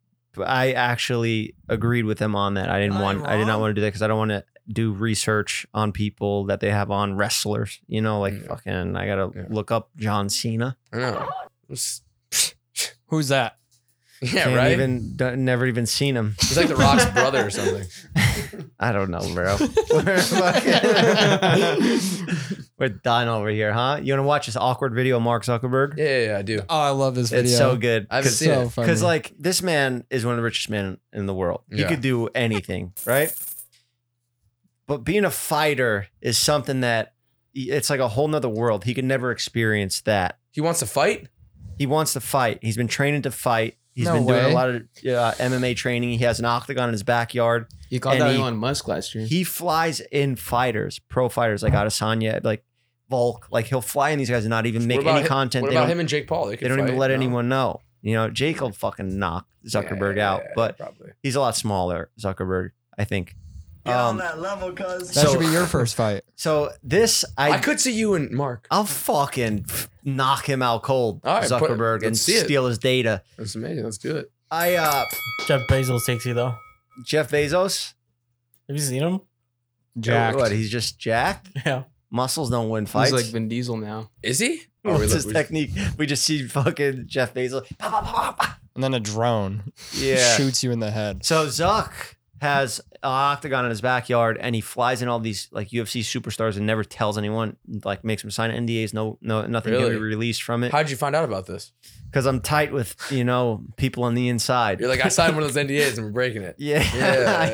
S1: I actually agreed with them on that. I didn't
S5: Am I
S1: want I did not
S5: wrong?
S1: want to do that because I don't want to do research on people that they have on wrestlers. You know, like
S3: Yeah.
S1: fucking I gotta
S3: Yeah.
S1: look up John Cena.
S3: I know. It's-
S4: Who's that?
S3: Yeah,
S1: Can't
S3: right.
S1: Even d- never even seen him.
S3: He's like the Rock's brother or something.
S1: I don't know, bro. We're, fucking- We're done over here, huh? You want to watch this awkward video of Mark Zuckerberg?
S3: Yeah, yeah, yeah I do.
S4: Oh, I love this video.
S1: It's so good.
S3: I haven't
S1: Cause-
S3: seen
S4: So
S3: it.
S4: funny.
S1: Because like this man is one of the richest men in the world. He
S3: Yeah.
S1: could do anything, right? But being a fighter is something that it's like a whole nother world. He could never experience that.
S3: He wants to fight.
S1: He wants to fight. He's been training to fight. He's
S4: No
S1: been doing
S4: way.
S1: a lot of uh, MMA training. He has an octagon in his backyard.
S2: He called
S1: And
S2: out
S1: he-
S2: Elon Musk last year.
S1: He flies in fighters, pro fighters like Adesanya, like Volk. Like he'll fly in these guys and not even make
S3: What about
S1: any
S3: him-
S1: content.
S3: What
S1: They
S3: about
S1: don't,
S3: him and Jake Paul? They,
S1: they
S3: could
S1: don't even
S3: fight,
S1: let
S3: no?
S1: anyone know. You know, Jake will fucking knock
S3: Yeah,
S1: Zuckerberg
S3: yeah,
S1: out.
S3: yeah,
S1: But
S3: probably.
S1: he's a lot smaller, Zuckerberg, I think.
S5: Get on
S1: Um,
S5: that level, cuz.
S4: that
S1: so-
S4: should be your first fight.
S1: so this, I,
S3: I could see you and Mark.
S1: I'll fucking knock him out cold,
S3: All right, put-
S1: Zuckerberg, and
S3: let's see it.
S1: steal his data.
S3: That's amazing. Let's do it.
S1: I, uh,
S10: Jeff Bezos takes you though.
S1: Jeff Bezos,
S10: Have you seen him?
S4: Jacked.
S1: what? He's just jacked.
S10: Yeah.
S1: Muscles don't win fights.
S2: He's like Vin Diesel now.
S3: Is he? Oh, we
S1: What's
S3: look-
S1: his
S3: we-
S1: technique? We just see fucking Jeff Bezos. Pa, pa, pa, pa, pa.
S4: and then a drone
S1: Yeah.
S4: shoots you in the head.
S1: So Zuck has an octagon in his backyard and he flies in all these like UFC superstars and never tells anyone, like makes them sign NDAs, no no nothing
S3: Really?
S1: can be released from it.
S3: How'd you find out about this?
S1: Because I'm tight with, you know, people on the inside.
S3: You're like, I signed one of those NDAs and we're breaking it.
S1: Yeah.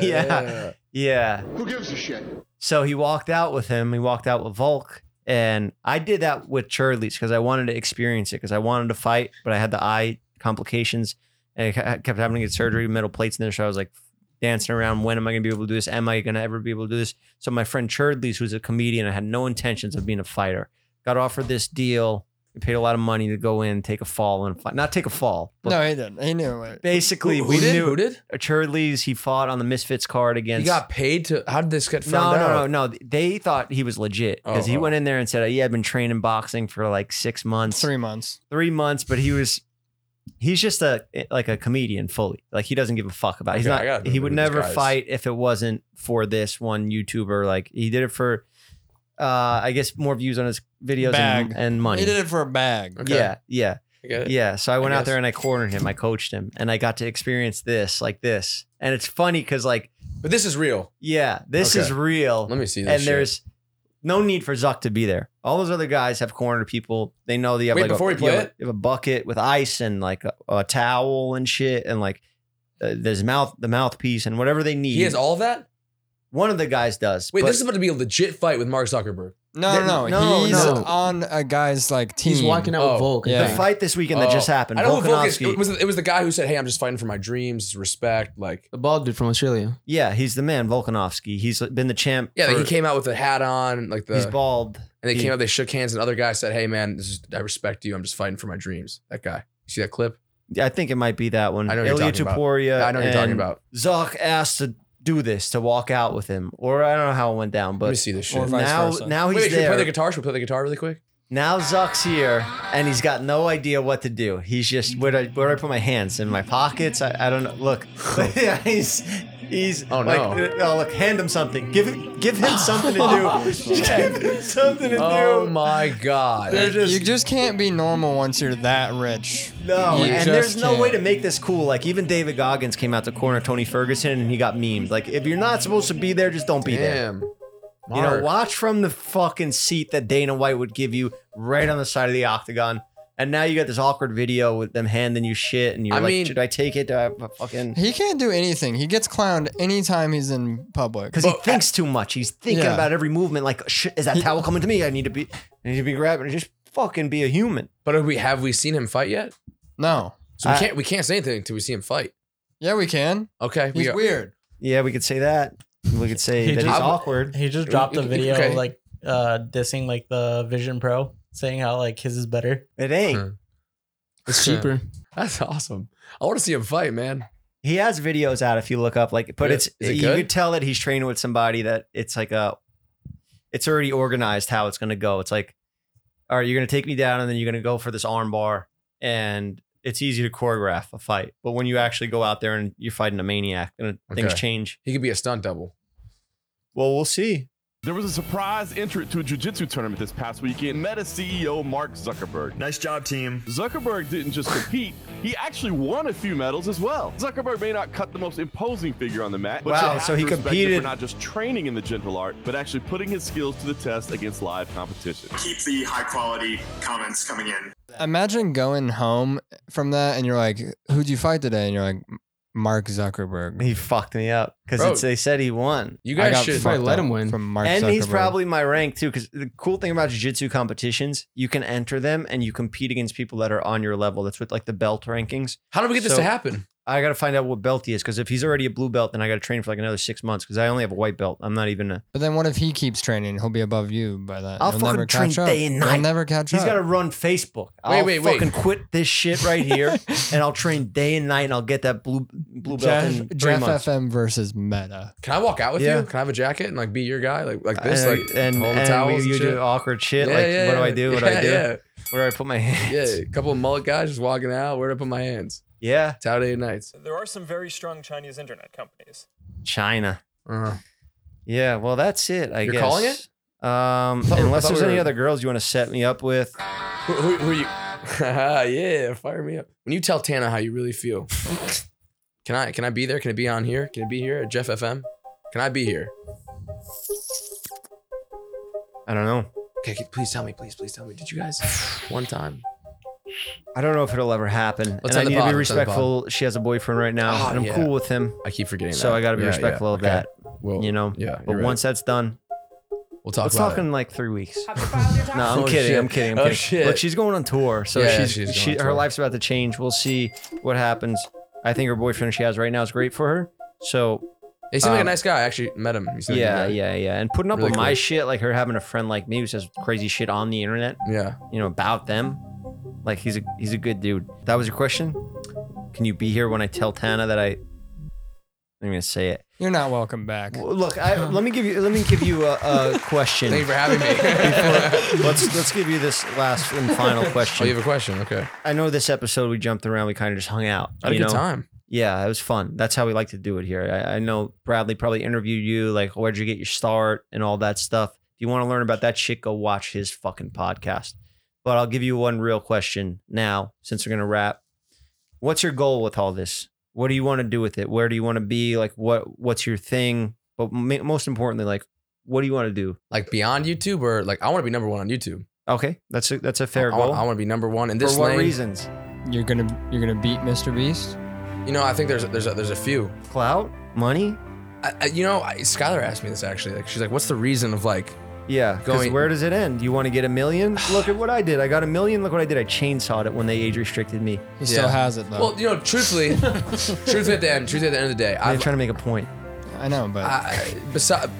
S3: Yeah.
S1: yeah. Yeah.
S12: Who gives a shit?
S1: So he walked out with him. He walked out with Volk. And I did that with Charlie's because I wanted to experience it because I wanted to fight, but I had the eye complications and it ca- kept having to get surgery, metal plates in there. So I was like dancing around. When am I going to be able to do this? Am I going to ever be able to do this? So my friend Churdleys, who's a comedian, I had no intentions of being a fighter, got offered this deal. We paid a lot of money to go in, take a fall, and fight. Not take a fall. But
S4: No, he didn't. He knew it.
S1: Basically,
S4: Who- who
S1: we
S4: did?
S1: knew
S4: Who did?
S1: Churdleys. He fought on the Misfits card against.
S3: He got paid to. How did this get
S1: No,
S3: found out?
S1: no, no, no. They thought he was legit because
S3: Oh,
S1: he
S3: oh.
S1: went in there and said, "Yeah, I've been training boxing for like six months,
S4: Three months,
S1: three months." But he was, he's just a eh, like a comedian fully. Like he doesn't give a fuck about. It. He's
S3: Okay, I gotta
S1: not.
S3: believe
S1: He would
S3: these
S1: never
S3: guys.
S1: fight if it wasn't for this one YouTuber. Like he did it for, uh, I guess more views on his videos and,
S4: Bag.
S1: and money.
S4: He did it for a bag.
S3: Okay.
S1: Yeah, yeah.
S3: I get it.
S1: Yeah. So I went out
S3: guess.
S1: there and I cornered him. I coached him and I got to experience this like this. And it's funny because like,
S3: But this is real.
S1: yeah, this
S3: Okay.
S1: is real.
S3: Let me see this.
S1: and
S3: shit.
S1: there's no need for Zuck to be there. All those other guys have cornered people. They know they have
S3: Wait,
S1: like
S3: before
S1: a,
S3: we play
S1: you have,
S3: it?
S1: a- you have a bucket with ice and like a, a towel and shit and like uh, there's mouth the mouthpiece and whatever they need.
S3: He has all that?
S1: One of the guys does.
S3: Wait,
S1: but
S3: this is about to be a legit fight with Mark Zuckerberg.
S4: No, no,
S1: Th-
S4: no.
S1: no,
S4: he's
S1: no.
S4: on a guy's like team.
S10: He's walking out
S3: Oh.
S10: with Volk. I
S4: Yeah.
S1: the
S10: think.
S1: fight this weekend that
S3: Oh.
S1: just happened.
S3: I don't know who Volk is.
S1: Volkanovski.
S3: It was, it was the guy who said, hey, I'm just fighting for my dreams, respect. Like,
S10: The bald dude from Australia.
S1: yeah, he's the man, Volkanovski. He's uh, been the champ.
S3: yeah, like
S1: for-
S3: he came out with a hat on, like the.
S1: he's bald.
S3: And they
S1: He-
S3: came out, they shook hands, and the other guy said, Hey man, this is I respect you. I'm just fighting for my dreams. That guy. You see that clip?
S1: Yeah, I think it might be that one.
S3: I know what you're
S1: Ilya
S3: talking about.
S1: Tuporia.
S3: I know what you're talking
S1: and
S3: about.
S1: Zuck asked to do this to walk out with him, or I don't know how it went down,
S3: Let me
S1: but
S3: see this shit.
S4: Or vice
S1: now
S4: versa.
S1: now Oh,
S3: Wait,
S1: he's
S3: should we
S1: there.
S3: play the guitar? Should we play the guitar really quick?
S1: now Zuck's here, and he's got no idea what to do. He's just where do I where do I put my hands in my pockets? I, I don't know. Look, yeah, he's he's
S3: Oh,
S1: like,
S3: no.
S1: oh look, hand him something. Give him give him something to do. give him something to
S3: Oh
S1: do.
S3: my god.
S1: They're just-
S4: you just can't be normal once you're that rich.
S1: No,
S4: You
S1: and
S4: just
S1: there's no
S4: can't.
S1: way to make this cool. Like even David Goggins came out to corner Tony Ferguson and he got memed. Like if you're not supposed to be there, just don't be there.
S3: Damn.
S1: You know,
S3: Mark.
S1: watch from the fucking seat that Dana White would give you right on the side of the octagon. And now you got this awkward video with them handing you shit, and you're
S3: I
S1: like,
S3: mean-
S1: should I take it? Do I fucking?
S4: He can't do anything. He gets clowned anytime he's in public.
S1: Because he thinks too much. He's thinking
S4: Yeah.
S1: about every movement. Like, shit, is that towel coming to me? I need to be, I need to be grabbing. Just fucking be a human.
S3: But have we have we seen him fight yet?
S4: No.
S3: So we
S1: I-
S3: can't we can't say anything until we see him fight.
S4: Yeah, we can.
S3: Okay.
S4: He's
S3: we are-
S4: weird.
S1: Yeah, we could say that. We could say
S10: He
S1: that
S10: just-
S1: he's
S10: I'm-
S1: awkward.
S10: He just dropped a video
S3: Okay.
S10: like uh dissing like the Vision Pro, saying how like his is better.
S1: It ain't.
S10: It's cheaper.
S3: That's awesome. I want to see him fight, man.
S1: He has videos out if you look up like, but
S3: Yeah.
S1: it's
S3: Is it
S1: you
S3: good?
S1: could tell that he's training with somebody that it's like a, it's already organized how it's gonna go. It's like, all right, you're gonna take me down and then you're gonna go for this arm bar, and it's easy to choreograph a fight. But when you actually go out there and you're fighting a maniac, and things
S3: Okay.
S1: change.
S3: He could be a stunt double.
S1: Well, we'll see.
S13: There was a surprise entrant to a jiu-jitsu tournament this past weekend, Meta CEO E Mark Zuckerberg. Nice job, team. Zuckerberg didn't just compete, he actually won a few medals as well. Zuckerberg may not cut the most imposing figure on the mat, but you
S1: Wow,
S13: have
S1: so
S13: to
S1: he
S13: respect him
S1: competed-
S13: for not just training in the gentle art, but actually putting his skills to the test against live competition.
S14: keep the high quality comments coming in.
S4: Imagine going home from that and you're like, who'd you fight today? And you're like, Mark Zuckerberg.
S1: He fucked me up
S3: Bro.
S1: because they said he won.
S3: You
S4: I
S3: guys
S4: got
S3: should
S4: fucked
S10: let
S4: up
S10: him win.
S4: From Mark
S1: and he's
S4: Zuckerberg.
S1: probably my rank too. Because the cool thing about jiu-jitsu competitions, you can enter them and you compete against people that are on your level. That's what like the belt rankings.
S3: How did we get this
S1: So-
S3: to happen?
S1: I got to find out what belt he is because if he's already a blue belt, then I got to train for like another six months because I only have a white belt. I'm not even a.
S4: But then what if he keeps training? He'll be above you by that.
S1: I'll
S4: He'll
S1: fucking
S4: never
S1: train
S4: catch up.
S1: day and night.
S4: He'll never catch
S1: He's
S4: up.
S1: got to run Facebook.
S3: Wait,
S1: I'll
S3: wait, wait.
S1: fucking quit this shit right here and I'll train day and night and I'll get that blue blue belt in three
S4: Jeff, Jeff
S1: months.
S4: FM versus Meta.
S3: Can I walk out with
S1: Yeah.
S3: you? Can I have a jacket and like be your guy? Like like this?
S1: and,
S3: like
S1: and,
S3: all the
S1: and
S3: towels.
S1: we-
S3: and
S1: you
S3: shit?
S1: do awkward shit.
S3: Yeah,
S1: like,
S3: yeah,
S1: what do I
S3: yeah.
S1: do? What do I
S3: Yeah,
S1: do?
S3: yeah.
S1: Where do I put my
S3: Yeah,
S1: hands?
S3: a couple of mullet guys just walking out. Where'd I put my hands?
S1: yeah.
S3: Saturday nights.
S15: There are some very strong Chinese internet companies.
S1: China.
S3: Uh,
S1: Yeah, well, that's it. I
S3: You're
S1: guess.
S3: calling it?
S1: Um,
S3: thought- I
S1: unless
S3: thought
S1: there's
S3: we
S1: any
S3: were-
S1: other girls you want to set me up with.
S3: who, who, who are you? yeah, fire me up. When you tell Tana how you really feel, Can I can I be there? Can it be on here? Can it be here at Jeff FM? Can I be here?
S1: I don't know.
S3: Okay, okay, please tell me, please, please tell me. Did you guys one time?
S1: I don't know if it'll ever happen. and
S3: Let's
S1: I
S3: end the
S1: need to
S3: pod,
S1: be
S3: let's end the pod.
S1: respectful. She has a boyfriend right now,
S3: Oh,
S1: and I'm
S3: yeah.
S1: cool with him.
S3: I keep forgetting
S1: So
S3: that.
S1: I got to be
S3: Yeah, yeah.
S1: respectful of
S3: Okay.
S1: that.
S3: Well,
S1: you know.
S3: yeah,
S1: But
S3: you're right.
S1: once that's done,
S3: We'll talk
S1: Let's
S3: about
S1: talk
S3: it.
S1: in like three weeks. no, I'm
S3: Oh,
S1: kidding.
S3: shit.
S1: I'm kidding. I'm
S3: Oh,
S1: kidding.
S3: shit.
S1: Look, she's going on tour, so
S3: Yeah,
S1: she's,
S3: she's going
S1: she
S3: on
S1: her
S3: tour.
S1: life's about to change. We'll see what happens. I think her boyfriend she has right now is great for her. So
S3: He seemed like a
S1: um,
S3: nice guy. I actually met him. He seemed like a
S1: yeah,
S3: good guy.
S1: yeah, yeah. And putting up
S3: Really
S1: with my
S3: cool.
S1: shit, like her having a friend like me who says crazy shit on the internet.
S3: Yeah.
S1: You know about them. Like he's a he's a good dude. That was your question. Can you be here when I tell Tana that I? I'm gonna say it.
S4: You're not welcome back.
S1: Look, I, let me give you let me give you a, a question.
S3: Thank you for having me.
S1: Before- let's let's give you this last and final question.
S3: Oh, you have a question? Okay.
S1: I know this episode we jumped around. We kind of just hung out.
S3: Had a
S1: you
S3: good
S1: know?
S3: time.
S1: Yeah, it was fun. That's how we like to do it here. I, I know Bradley probably interviewed you, like where'd you get your start and all that stuff. If you want to learn about that shit, go watch his fucking podcast. But I'll give you one real question now, since we're gonna wrap. What's your goal with all this? What do you want to do with it? Where do you want to be? Like, what what's your thing? But ma- most importantly, like, what do you want to do?
S3: Like beyond YouTube or like I want to be number one on YouTube.
S1: Okay, that's a that's a fair
S3: I
S1: goal.
S3: want, I want to be number one in
S1: For
S3: this
S1: what
S3: lane.
S1: reasons?
S4: You're gonna you're gonna beat Mr. Beast.
S3: You know, I think there's there's a, there's a few
S1: clout, money.
S3: I, I, you know, I, Skylar asked me this actually. Like, she's like, "What's the reason of like
S1: Yeah, because
S3: Going-
S1: where does it end? You want to get a million? Look at what I did. I got a million. Look what I did. I chainsawed it when they age restricted me.
S4: He still has it
S1: Oh.
S4: though.
S3: Well, you know, truthfully, truth at the end, truth at the end of the day.
S1: I'm
S3: I've,
S1: trying to make a point.
S4: I know, but
S3: I, besides,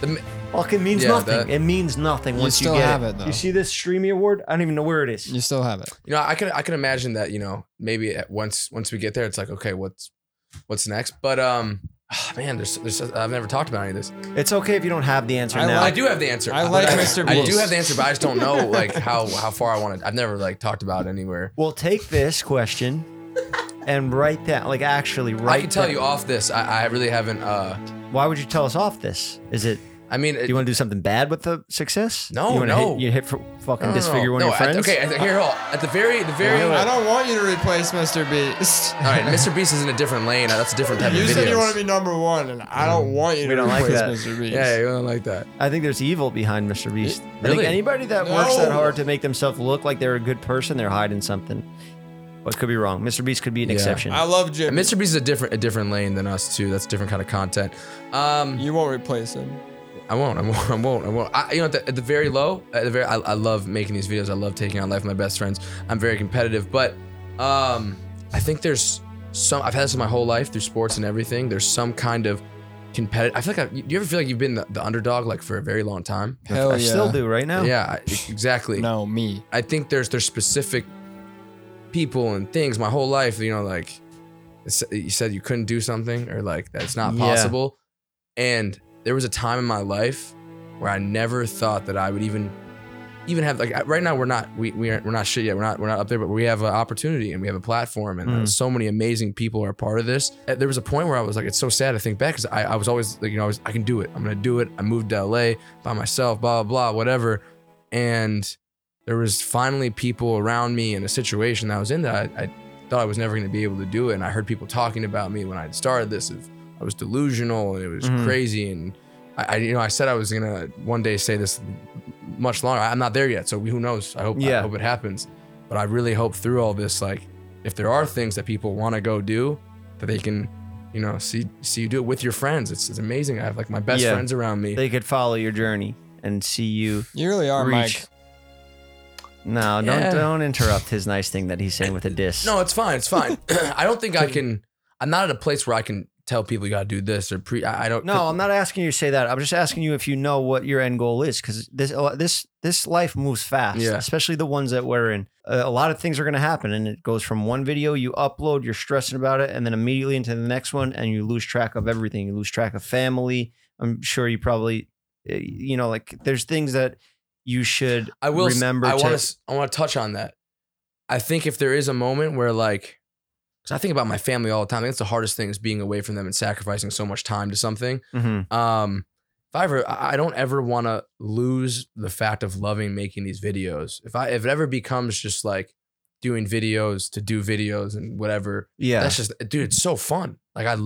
S3: the,
S1: Fuck, it means
S3: Yeah,
S1: nothing.
S3: that-
S1: it means nothing
S4: You
S1: once you
S4: still
S1: get
S4: have
S1: it.
S4: it, though.
S1: You see this Streamy award? I don't even know where it is.
S4: you still have it.
S3: you know, I could I could imagine that. You know, maybe at once once we get there, it's like, okay, what's what's next? But um, ah, man, there's there's I've never talked about any of this.
S1: It's okay if you don't have the answer now.
S3: I do have the answer.
S4: I like
S3: But
S4: Mr.
S3: I do
S4: Beast.
S3: have the answer, but I just don't know like how how far I want to. I've never like talked about it anywhere.
S1: Well, take this question and write that. Like, actually, write.
S3: I can tell
S1: that-
S3: you off this. I, I really haven't. uh
S1: Why would you tell us off this? Is it?
S3: I mean,
S1: do you want to do something bad with the success?
S3: No,
S1: you wanna
S3: no.
S1: Hit, you hit for fucking
S3: no, no,
S1: disfigure one
S3: no,
S1: of your
S3: at
S1: friends.
S3: the- okay, at the- here, hold. on. At the very, the very.
S4: I don't want you to replace Mr. Beast.
S3: All right, Mr. Beast is in a different lane. That's a different type
S4: You
S3: of
S4: said you
S3: video.
S4: want to be number one, and I don't want you
S1: We
S4: to
S1: don't like
S4: replace
S1: that.
S4: Mr. Beast.
S3: Yeah, you don't like that.
S1: I think there's evil behind Mr. Beast. I
S3: really?
S1: think anybody that works that
S4: No.
S1: hard to make themselves look like they're a good person, they're hiding something. But could be wrong. Mr. Beast could be an
S3: Yeah.
S1: exception.
S4: I love Jimmy.
S3: And Mr. Beast is a different, a different lane than us too. That's a different kind of content. Um,
S4: You won't replace him.
S3: I won't, I won't, I won't, I won't. I, you know, at the, at the very low, at the very, I, I love making these videos. I love taking on life with my best friends. I'm very competitive, but um, I think there's some. I've had this my whole life through sports and everything. There's some kind of competitive. I feel like I, do you ever feel like you've been the, the underdog like for a very long time?
S4: Hell
S1: I
S4: yeah.
S1: still do right now.
S3: Yeah, I- exactly.
S4: No, me.
S3: I think there's there's specific people and things my whole life, you know, like it's- you said you couldn't do something or like that's not
S1: Yeah.
S3: possible. And there was a time in my life where I never thought that I would even even have like right now we're not we we aren't, we're not shit yet. We're not we're not up there, but we have an opportunity and we have a platform and uh,
S1: Mhm.
S3: so many amazing people are a part of this. Uh, There was a point where I was like, it's so sad to think back because I, I was always like, you know, I was I can do it. I'm gonna do it. I moved to LA by myself, blah blah blah, whatever. And there was finally people around me in a situation that I was in that I, I thought I was never going to be able to do it. And I heard people talking about me when I started this. Of, I was delusional and it was
S1: Mhm.
S3: crazy. And I, I, you know, I said I was going to one day say this much longer. I'm not there yet. So who knows? I hope,
S1: Yeah.
S3: I hope it happens. But I really hope through all this, like if there are things that people want to go do that they can, you know, see, see you do it with your friends. It's, it's amazing. I have like my best
S1: Yeah.
S3: friends around me.
S1: They could follow your journey and see you.
S4: You really are,
S1: Reach.
S4: Mike.
S1: No,
S3: Yeah.
S1: don't don't interrupt his nice thing that he's saying with a diss.
S3: No, it's fine. It's fine. I don't think I can. I'm not at a place where I can tell people you got to do this or pre. I, I don't.
S1: No, I'm not asking you to say that. I'm just asking you if you know what your end goal is, because this this this life moves fast,
S3: Yeah.
S1: especially the ones that we're in. Uh, a lot of things are going to happen, and it goes from one video you upload, you're stressing about it, and then immediately into the next one, and you lose track of everything. You lose track of family. I'm sure you probably, uh, you know, like there's things that you should
S3: I will s-
S1: remember.
S3: I
S1: to,
S3: want to. I want to touch on that. I think if there is a moment where like, because I think about my family all the time. I think it's the hardest thing is being away from them and sacrificing so much time to something.
S1: Mhm.
S3: Um, if I ever, I I don't ever want to lose the fact of loving making these videos. If I, if it ever becomes just like doing videos to do videos and whatever.
S1: Yeah.
S3: That's just, dude, it's so fun. Like, I love